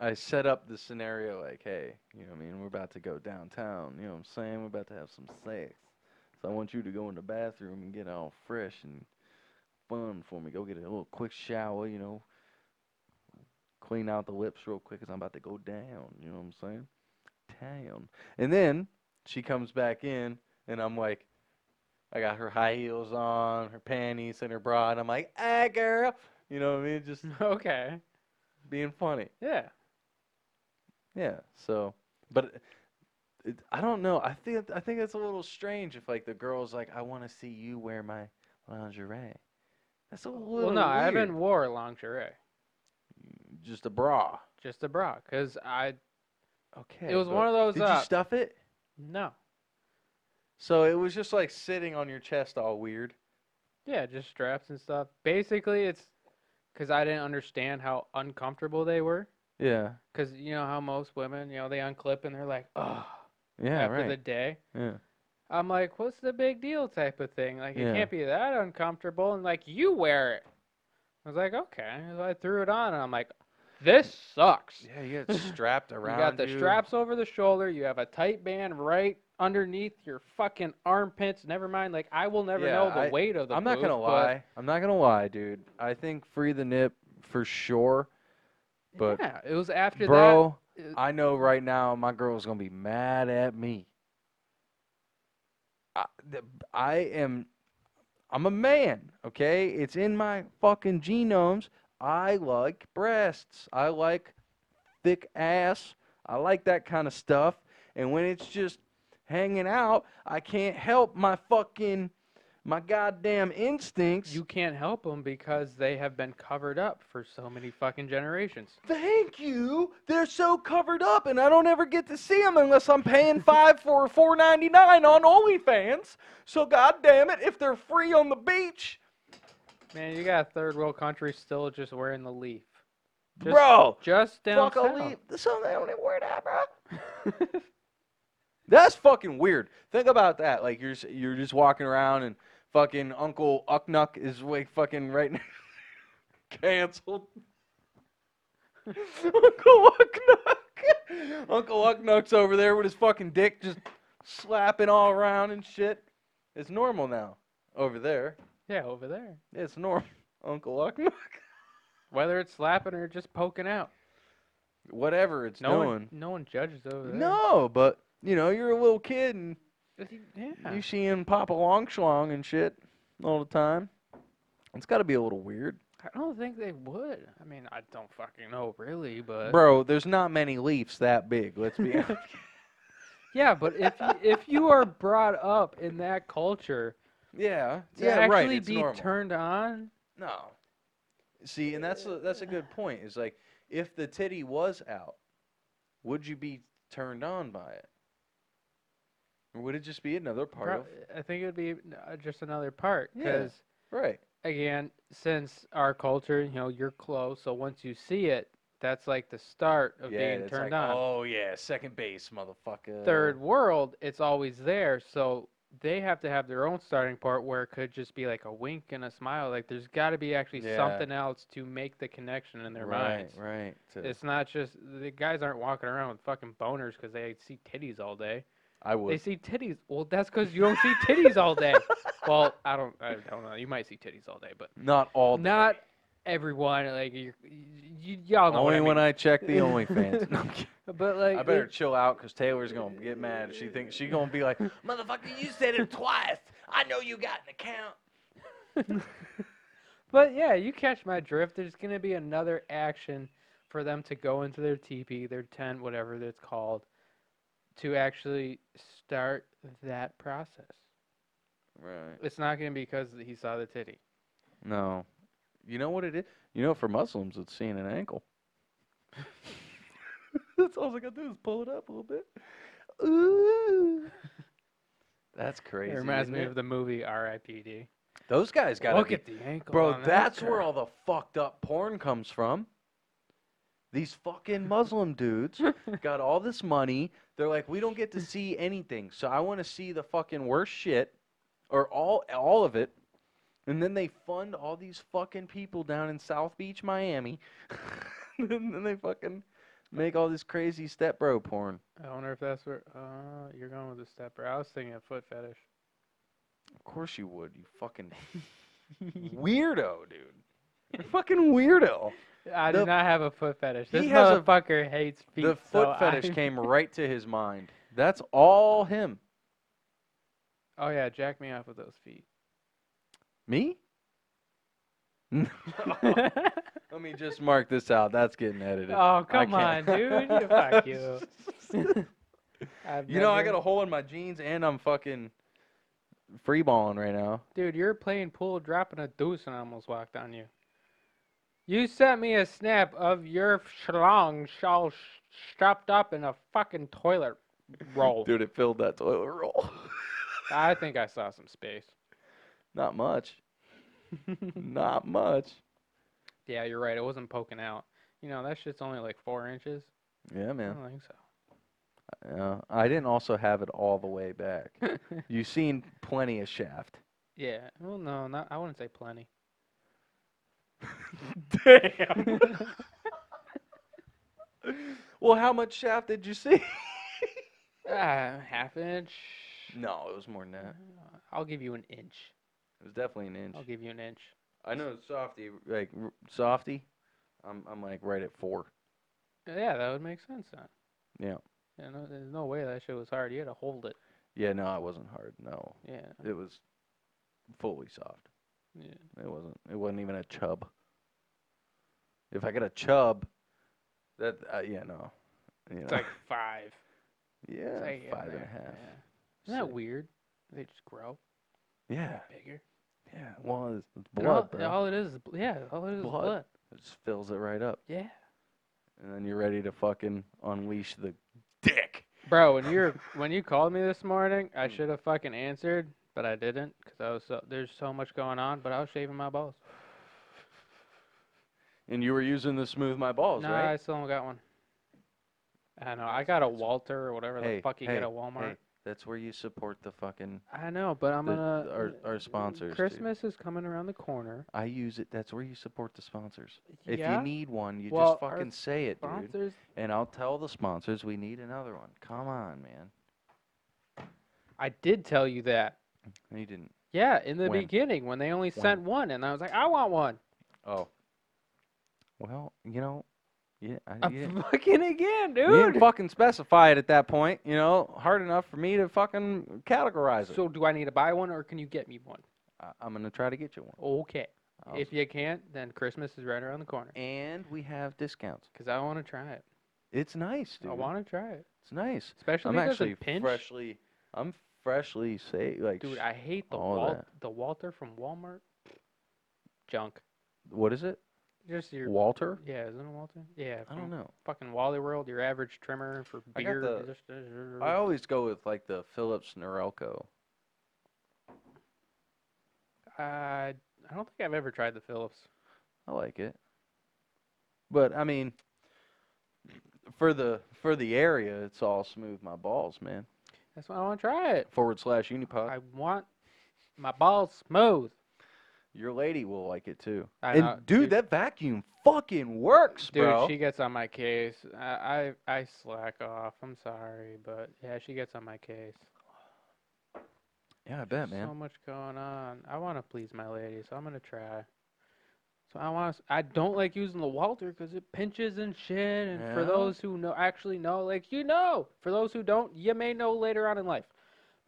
[SPEAKER 1] I set up the scenario like, hey, you know what I mean? We're about to go downtown. You know what I'm saying? We're about to have some sex. So I want you to go in the bathroom and get all fresh and fun for me. Go get a little quick shower, you know. Clean out the lips real quick 'cause I'm about to go down. You know what I'm saying? Town. And then she comes back in and I'm like, I got her high heels on, her panties, and her bra, and I'm like, ah, girl. You know what I mean? Just
[SPEAKER 2] Okay.
[SPEAKER 1] being funny.
[SPEAKER 2] Yeah.
[SPEAKER 1] Yeah. So, but it, I don't know. I think I think that's a little strange if like the girl's like, I want to see you wear my lingerie. That's a little
[SPEAKER 2] Well, no, I haven't
[SPEAKER 1] weird.
[SPEAKER 2] wore lingerie.
[SPEAKER 1] Just a bra.
[SPEAKER 2] Just a bra, cause I
[SPEAKER 1] Okay.
[SPEAKER 2] it was
[SPEAKER 1] but
[SPEAKER 2] one of those.
[SPEAKER 1] Did
[SPEAKER 2] uh,
[SPEAKER 1] you stuff it?
[SPEAKER 2] no.
[SPEAKER 1] So it was just like sitting on your chest, all weird.
[SPEAKER 2] Yeah, just straps and stuff. Basically, it's because I didn't understand how uncomfortable they were.
[SPEAKER 1] Yeah.
[SPEAKER 2] Because you know how most women, you know, they unclip and they're like, oh,
[SPEAKER 1] Yeah.
[SPEAKER 2] after
[SPEAKER 1] right.
[SPEAKER 2] the day.
[SPEAKER 1] Yeah.
[SPEAKER 2] I'm like, what's the big deal type of thing? Like,
[SPEAKER 1] Yeah.
[SPEAKER 2] it can't be that uncomfortable. And like, you wear it. I was like, okay. So I threw it on and I'm like, this sucks.
[SPEAKER 1] Yeah, you got it strapped
[SPEAKER 2] You
[SPEAKER 1] around.
[SPEAKER 2] got the
[SPEAKER 1] you.
[SPEAKER 2] straps over the shoulder. You have a tight band right underneath your fucking armpits. Never mind. Like, I will never
[SPEAKER 1] Yeah,
[SPEAKER 2] know the
[SPEAKER 1] I-
[SPEAKER 2] weight of the
[SPEAKER 1] I'm not
[SPEAKER 2] boob,
[SPEAKER 1] gonna
[SPEAKER 2] but-
[SPEAKER 1] lie. I'm not gonna lie, dude. I think free the nip for sure. But
[SPEAKER 2] yeah, it was after that.
[SPEAKER 1] bro,
[SPEAKER 2] it-
[SPEAKER 1] I know right now my girl's gonna be mad at me. I, th- I am, I'm a man, okay? It's in my fucking genomes. I like breasts. I like thick ass. I like that kind of stuff. And when it's just hanging out, I can't help my fucking, my goddamn instincts.
[SPEAKER 2] You can't help them because they have been covered up for so many fucking generations.
[SPEAKER 1] Thank you. They're so covered up, and I don't ever get to see them unless I'm paying five for four ninety nine on OnlyFans. So goddamn it, if they're free on the beach,
[SPEAKER 2] Man, you got third world countries still just wearing the leaf. Just-
[SPEAKER 1] bro,
[SPEAKER 2] Just down
[SPEAKER 1] fuck
[SPEAKER 2] south.
[SPEAKER 1] a leaf. So they don't even wear that, bro. That's fucking weird. Think about that. Like you're s- you're just walking around and fucking Uncle Ucknuck is like fucking right now canceled. Uncle Ucknuck. Uncle Ucknuck's over there with his fucking dick just slapping all around and shit. It's normal now over there.
[SPEAKER 2] yeah, over there.
[SPEAKER 1] It's normal. Uncle Ucknuck.
[SPEAKER 2] Whether it's slapping or just poking out.
[SPEAKER 1] Whatever it's
[SPEAKER 2] No one,
[SPEAKER 1] doing.
[SPEAKER 2] no one judges over there.
[SPEAKER 1] No, but you know you're a little kid and
[SPEAKER 2] Is he- Yeah.
[SPEAKER 1] You see him pop a long schlong and shit all the time. It's got to be a little weird.
[SPEAKER 2] I don't think they would. I mean, I don't fucking know really, but
[SPEAKER 1] Bro, there's not many leafs that big, let's be honest.
[SPEAKER 2] yeah, but if you, if you are brought up in that culture
[SPEAKER 1] Yeah.
[SPEAKER 2] to
[SPEAKER 1] yeah,
[SPEAKER 2] actually
[SPEAKER 1] right. It's
[SPEAKER 2] be
[SPEAKER 1] normal.
[SPEAKER 2] turned on,
[SPEAKER 1] no. See, and that's a, that's a good point. Is like if the titty was out, would you be turned on by it? Or would it just be another part
[SPEAKER 2] pro-
[SPEAKER 1] of
[SPEAKER 2] I think it would be uh, just another part
[SPEAKER 1] Yeah.
[SPEAKER 2] because
[SPEAKER 1] Right.
[SPEAKER 2] again, since our culture, you know, you're close, so once you see it, that's like the start of
[SPEAKER 1] yeah,
[SPEAKER 2] being
[SPEAKER 1] it's
[SPEAKER 2] turned
[SPEAKER 1] like,
[SPEAKER 2] on.
[SPEAKER 1] Oh yeah, second base, motherfucker.
[SPEAKER 2] Third world, it's always there, so they have to have their own starting part where it could just be like a wink and a smile. Like there's got to be actually
[SPEAKER 1] Yeah.
[SPEAKER 2] something else to make the connection in their
[SPEAKER 1] right,
[SPEAKER 2] minds.
[SPEAKER 1] Right. To-
[SPEAKER 2] It's not just the guys aren't walking around with fucking boners because they see titties all day.
[SPEAKER 1] I would.
[SPEAKER 2] They see titties. Well, that's because you don't see titties all day. well, I don't. I don't know. You might see titties all day, but
[SPEAKER 1] Not all
[SPEAKER 2] not everyone. Like you, you y'all know
[SPEAKER 1] Only
[SPEAKER 2] what
[SPEAKER 1] when
[SPEAKER 2] I
[SPEAKER 1] I check the OnlyFans. No, I'm kidding.
[SPEAKER 2] mean. But like,
[SPEAKER 1] I better chill out because Taylor's gonna get mad if she thinks she's gonna be like, "Motherfucker, you said it twice. I know you got an account."
[SPEAKER 2] but yeah, you catch my drift. There's gonna be another action for them to go into their teepee, their tent, whatever that's called, to actually start that process.
[SPEAKER 1] Right.
[SPEAKER 2] It's not gonna be because he saw the titty.
[SPEAKER 1] No. You know what it is? You know, for Muslims, it's seeing an ankle. That's all I gotta do is pull it up a little bit. Ooh. That's crazy.
[SPEAKER 2] it reminds
[SPEAKER 1] isn't
[SPEAKER 2] me
[SPEAKER 1] it?
[SPEAKER 2] of the movie R.I.P.D.
[SPEAKER 1] those guys got
[SPEAKER 2] Look
[SPEAKER 1] be
[SPEAKER 2] at the ankle,
[SPEAKER 1] Bro,
[SPEAKER 2] on that
[SPEAKER 1] that's
[SPEAKER 2] guy.
[SPEAKER 1] where all the fucked up porn comes from. These fucking Muslim dudes got all this money. They're like, we don't get to see anything, so I want to see the fucking worst shit, or all all of it. And then they fund all these fucking people down in South Beach, Miami. and then they fucking make all this crazy step bro porn.
[SPEAKER 2] I wonder if that's where uh, you're going with the stepper. I was thinking of foot fetish.
[SPEAKER 1] Of course you would, you fucking weirdo, dude. You're fucking weirdo.
[SPEAKER 2] I
[SPEAKER 1] The-
[SPEAKER 2] do not have a foot fetish.
[SPEAKER 1] He
[SPEAKER 2] This
[SPEAKER 1] has a-
[SPEAKER 2] motherfucker hates feet.
[SPEAKER 1] The foot
[SPEAKER 2] so
[SPEAKER 1] fetish
[SPEAKER 2] I-
[SPEAKER 1] came right to his mind. That's all him.
[SPEAKER 2] Oh yeah, jack me off with those feet.
[SPEAKER 1] Me? Let me just mark this out. That's getting edited.
[SPEAKER 2] oh
[SPEAKER 1] I
[SPEAKER 2] come on,
[SPEAKER 1] can't.
[SPEAKER 2] dude. You- Fuck you. I've
[SPEAKER 1] you know, I got
[SPEAKER 2] never-
[SPEAKER 1] a hole in my jeans and I'm fucking freeballing right now.
[SPEAKER 2] Dude, you're playing pool, dropping a deuce, and I almost walked on you. You sent me a snap of your schlong shawl sh- strapped up in a fucking toilet roll.
[SPEAKER 1] Dude, it filled that toilet roll.
[SPEAKER 2] I think I saw some space.
[SPEAKER 1] Not much. Not much.
[SPEAKER 2] Yeah, you're right. It wasn't poking out. You know, that shit's only like four inches.
[SPEAKER 1] Yeah, man.
[SPEAKER 2] I don't think so.
[SPEAKER 1] Yeah. I didn't also have it all the way back. You've seen plenty of shaft.
[SPEAKER 2] Yeah. Well, no, not. I wouldn't say plenty.
[SPEAKER 1] Damn. well, how much shaft did you see?
[SPEAKER 2] Uh, half inch.
[SPEAKER 1] No, it was more than that.
[SPEAKER 2] Uh, I'll give you an inch.
[SPEAKER 1] It was definitely an Mm-hmm. inch.
[SPEAKER 2] I'll give you an inch.
[SPEAKER 1] I know Softy, like r- Softy. I'm I'm like right at four.
[SPEAKER 2] Uh, Yeah, that would make sense then.
[SPEAKER 1] Yeah.
[SPEAKER 2] Yeah, no, there's no way that shit was hard. You had to hold it.
[SPEAKER 1] Yeah, no, it wasn't hard. No,
[SPEAKER 2] Yeah.
[SPEAKER 1] it was fully soft.
[SPEAKER 2] Yeah.
[SPEAKER 1] It wasn't. It wasn't even a chub. If I got a chub, that uh, yeah no, you know,
[SPEAKER 2] It's like five.
[SPEAKER 1] yeah
[SPEAKER 2] It's like in
[SPEAKER 1] five and a
[SPEAKER 2] there,
[SPEAKER 1] half.
[SPEAKER 2] yeah. Isn't that
[SPEAKER 1] six.
[SPEAKER 2] weird? They just grow
[SPEAKER 1] Yeah,
[SPEAKER 2] bigger.
[SPEAKER 1] yeah. Well, it's, it's
[SPEAKER 2] And all-
[SPEAKER 1] blood,
[SPEAKER 2] and
[SPEAKER 1] bro.
[SPEAKER 2] all it is, is bl- yeah, all it is
[SPEAKER 1] Blood.
[SPEAKER 2] is blood.
[SPEAKER 1] It just fills it right up,
[SPEAKER 2] Yeah.
[SPEAKER 1] and then you're ready to fucking unleash the dick.
[SPEAKER 2] Bro, when you're when you called me this morning, I
[SPEAKER 1] Mm.
[SPEAKER 2] should have fucking answered, but I didn't because I was so there's so much going on. But I was shaving my balls.
[SPEAKER 1] And you were using the smooth my balls,
[SPEAKER 2] No, I
[SPEAKER 1] right?
[SPEAKER 2] still haven't got one. I know. I got a Walter or whatever
[SPEAKER 1] Hey,
[SPEAKER 2] the fuck you
[SPEAKER 1] hey,
[SPEAKER 2] get at
[SPEAKER 1] Hey,
[SPEAKER 2] Walmart.
[SPEAKER 1] that's where you support the fucking.
[SPEAKER 2] I know, but I'm
[SPEAKER 1] the-
[SPEAKER 2] gonna.
[SPEAKER 1] our- our
[SPEAKER 2] uh,
[SPEAKER 1] sponsors, dude.
[SPEAKER 2] Christmas is coming around the corner.
[SPEAKER 1] I use it. That's where you support the sponsors. If
[SPEAKER 2] yeah,
[SPEAKER 1] you need one, you
[SPEAKER 2] Well,
[SPEAKER 1] just
[SPEAKER 2] our
[SPEAKER 1] fucking say it, dude.
[SPEAKER 2] sponsors.
[SPEAKER 1] And I'll tell the sponsors we need another one. Come on, man.
[SPEAKER 2] I did tell you that.
[SPEAKER 1] No, you didn't.
[SPEAKER 2] Yeah, in the
[SPEAKER 1] When?
[SPEAKER 2] beginning when they only
[SPEAKER 1] When?
[SPEAKER 2] sent one, and I was like, I want one.
[SPEAKER 1] Oh. Well, you know, yeah, I,
[SPEAKER 2] I'm
[SPEAKER 1] you, didn't,
[SPEAKER 2] fucking again,
[SPEAKER 1] you didn't
[SPEAKER 2] dude.
[SPEAKER 1] fucking specify it at that point. You know, hard enough for me to fucking categorize it.
[SPEAKER 2] So do I need to buy one, or can you get me one?
[SPEAKER 1] I, I'm gonna try to get you one.
[SPEAKER 2] Okay.
[SPEAKER 1] I'll-
[SPEAKER 2] If you can't, then Christmas is right around the corner.
[SPEAKER 1] and we have discounts.
[SPEAKER 2] Cause I want to try it.
[SPEAKER 1] It's nice, dude.
[SPEAKER 2] I want to try it,
[SPEAKER 1] It's nice.
[SPEAKER 2] especially
[SPEAKER 1] I'm
[SPEAKER 2] if it
[SPEAKER 1] actually
[SPEAKER 2] doesn't pinch.
[SPEAKER 1] freshly. I'm freshly say like.
[SPEAKER 2] Dude,
[SPEAKER 1] sh-
[SPEAKER 2] I hate the
[SPEAKER 1] all
[SPEAKER 2] Wal-
[SPEAKER 1] that.
[SPEAKER 2] the Walter from Walmart. Junk.
[SPEAKER 1] what is it?
[SPEAKER 2] Just your.
[SPEAKER 1] Walter?
[SPEAKER 2] Yeah, isn't it Walter? Yeah.
[SPEAKER 1] I don't
[SPEAKER 2] from
[SPEAKER 1] know.
[SPEAKER 2] Fucking Wally World, your average trimmer for
[SPEAKER 1] I got
[SPEAKER 2] beer.
[SPEAKER 1] the-
[SPEAKER 2] just-
[SPEAKER 1] I always go with like the Phillips Norelco.
[SPEAKER 2] Uh, I don't think I've ever tried the Phillips.
[SPEAKER 1] I like it. But I mean, for the for the area, it's all smooth my balls, man.
[SPEAKER 2] That's why I want to try it.
[SPEAKER 1] Forward slash Unipod.
[SPEAKER 2] I want my balls smooth.
[SPEAKER 1] Your lady will like it too.
[SPEAKER 2] I
[SPEAKER 1] and
[SPEAKER 2] know,
[SPEAKER 1] dude,
[SPEAKER 2] dude.
[SPEAKER 1] that vacuum fucking works,
[SPEAKER 2] Dude,
[SPEAKER 1] bro.
[SPEAKER 2] she gets on my case. I, I I slack off. I'm sorry, but yeah, she gets on my case.
[SPEAKER 1] yeah, I bet,
[SPEAKER 2] So
[SPEAKER 1] man.
[SPEAKER 2] much going on. I want to please my lady, so I'm gonna try. So I want. I don't like using the Walter because it pinches and shit. And for
[SPEAKER 1] Yeah.
[SPEAKER 2] those who know, actually know, like you know. For those who don't, you may know later on in life.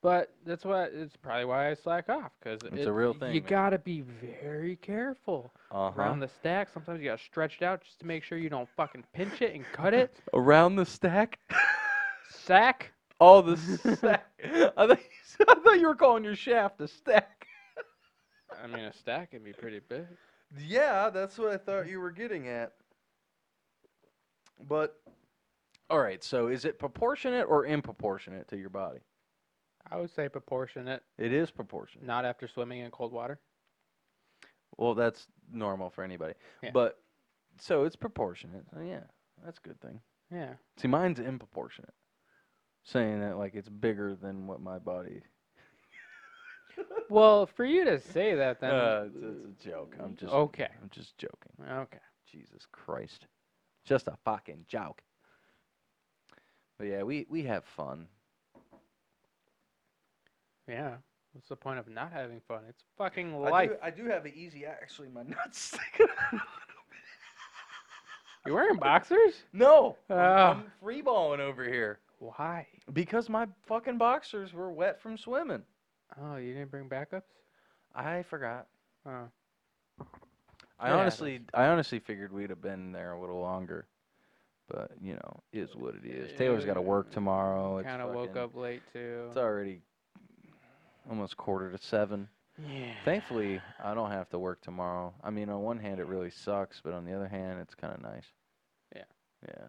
[SPEAKER 2] But that's why it's probably why I slack off because
[SPEAKER 1] It's a real thing,
[SPEAKER 2] You
[SPEAKER 1] man.
[SPEAKER 2] gotta be very careful
[SPEAKER 1] Uh huh.
[SPEAKER 2] around the stack. Sometimes you gotta stretch it out just to make sure you don't fucking pinch it and cut it.
[SPEAKER 1] Around the stack.
[SPEAKER 2] Sack.
[SPEAKER 1] All the stack. I, thought you, I thought you were calling your shaft a stack.
[SPEAKER 2] I mean, a stack can be pretty big.
[SPEAKER 1] Yeah, that's what I thought you were getting at. But all right, so is it proportionate or improportionate to your body?
[SPEAKER 2] I would say proportionate,
[SPEAKER 1] It is proportionate.
[SPEAKER 2] not after swimming in cold water.
[SPEAKER 1] Well, that's normal for anybody.
[SPEAKER 2] Yeah.
[SPEAKER 1] But so it's proportionate. So yeah, that's a good thing.
[SPEAKER 2] Yeah.
[SPEAKER 1] See, mine's improportionate. Saying that like it's bigger than what my body.
[SPEAKER 2] Well, for you to say that, Oh. then
[SPEAKER 1] Uh, it's, it's a joke. I'm just
[SPEAKER 2] okay.
[SPEAKER 1] I'm just joking.
[SPEAKER 2] Okay.
[SPEAKER 1] Jesus Christ. Just a fucking joke. But yeah, we, we have fun.
[SPEAKER 2] Yeah. What's the point of not having fun? It's fucking
[SPEAKER 1] I
[SPEAKER 2] life.
[SPEAKER 1] do, I do have an easy. Actually, my nuts sticking out.
[SPEAKER 2] You're wearing boxers?
[SPEAKER 1] No, I'm,
[SPEAKER 2] Ah.
[SPEAKER 1] I'm free balling over here
[SPEAKER 2] Why?
[SPEAKER 1] because my fucking boxers were wet from swimming.
[SPEAKER 2] Oh, you didn't bring backups?
[SPEAKER 1] I forgot.
[SPEAKER 2] Oh.
[SPEAKER 1] I
[SPEAKER 2] Yeah,
[SPEAKER 1] honestly, I honestly figured we'd have been there a little longer, but you know, is what it is. Taylor's got to work tomorrow. It's
[SPEAKER 2] Kind of woke
[SPEAKER 1] fucking-
[SPEAKER 2] up late too.
[SPEAKER 1] It's already almost quarter to seven.
[SPEAKER 2] Yeah.
[SPEAKER 1] Thankfully, I don't have to work tomorrow. I mean, on one hand, it really sucks, but on the other hand, it's kind of nice.
[SPEAKER 2] Yeah.
[SPEAKER 1] Yeah.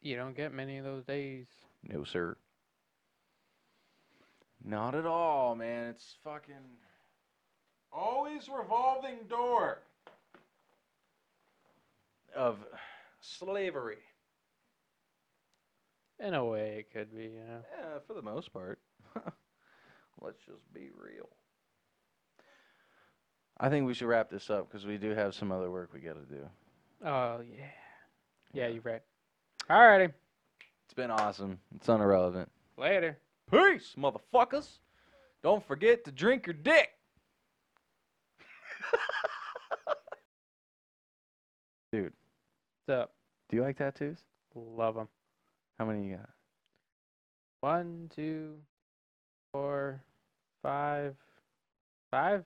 [SPEAKER 2] You don't get many of those days.
[SPEAKER 1] No, sir. Not at all, man. It's fucking always revolving door of slavery.
[SPEAKER 2] In a way, it could be. You know.
[SPEAKER 1] Yeah, for the most part. Let's just be real. I think we should wrap this up because we do have some other work we got to do.
[SPEAKER 2] Oh yeah.
[SPEAKER 1] Yeah.
[SPEAKER 2] Yeah, you're right. Alrighty.
[SPEAKER 1] It's been awesome. It's unirrelevant.
[SPEAKER 2] Later.
[SPEAKER 1] Peace, motherfuckers. Don't forget to drink your dick.
[SPEAKER 2] What's up?
[SPEAKER 1] Do you like tattoos?
[SPEAKER 2] Love them.
[SPEAKER 1] How many you got?
[SPEAKER 2] One, two, four, five, five.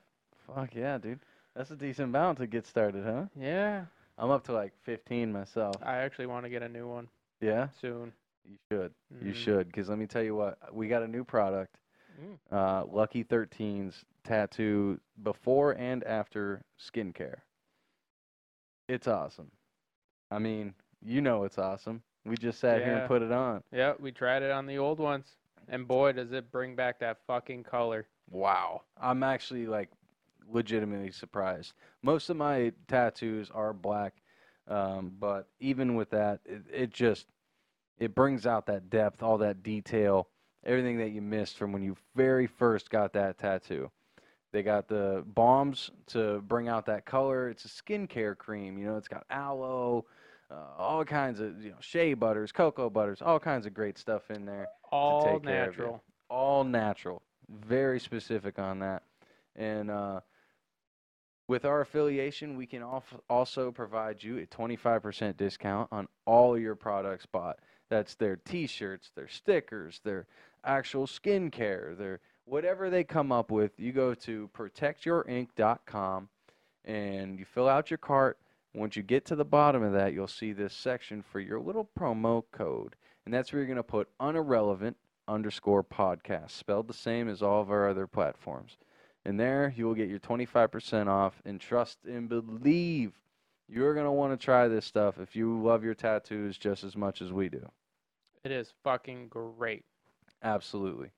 [SPEAKER 1] Fuck yeah, dude. That's a decent amount to get started, huh?
[SPEAKER 2] Yeah,
[SPEAKER 1] I'm up to like 15 myself.
[SPEAKER 2] I actually want to get a new one
[SPEAKER 1] Yeah,
[SPEAKER 2] soon.
[SPEAKER 1] you should. You
[SPEAKER 2] Mhm.
[SPEAKER 1] should, because let me tell you what, we got a new product,
[SPEAKER 2] Mm.
[SPEAKER 1] uh, Lucky 13's tattoo before and after skincare. It's awesome. I mean, you know it's awesome. We just sat here
[SPEAKER 2] Yeah.
[SPEAKER 1] and put it on.
[SPEAKER 2] Yeah, we tried it on the old ones, and boy, does it bring back that fucking color.
[SPEAKER 1] Wow. I'm actually like legitimately surprised. Most of my tattoos are black, um, but even with that, it, it just it brings out that depth, all that detail, everything that you missed from when you very first got that tattoo. They got the bombs to bring out that color. It's a skincare cream, you know. It's got aloe, uh, all kinds of you know shea butters, cocoa butters, all kinds of great stuff in there
[SPEAKER 2] All
[SPEAKER 1] take care of you.
[SPEAKER 2] natural.
[SPEAKER 1] all natural. Very specific on that. And uh, with our affiliation, we can alf- also provide you a 25% discount on all your products bought. That's their t shirts, their stickers, their actual skincare, their whatever they come up with. You go to protectyourink.com and you fill out your cart. Once you get to the bottom of that, you'll see this section for your little promo code. And that's where you're going to put unirrelevant underscore podcast, spelled the same as all of our other platforms. And there you will get your 25% off and trust and believe you're going to want to try this stuff if you love your tattoos just as much as we do.
[SPEAKER 2] It is fucking great.
[SPEAKER 1] Absolutely.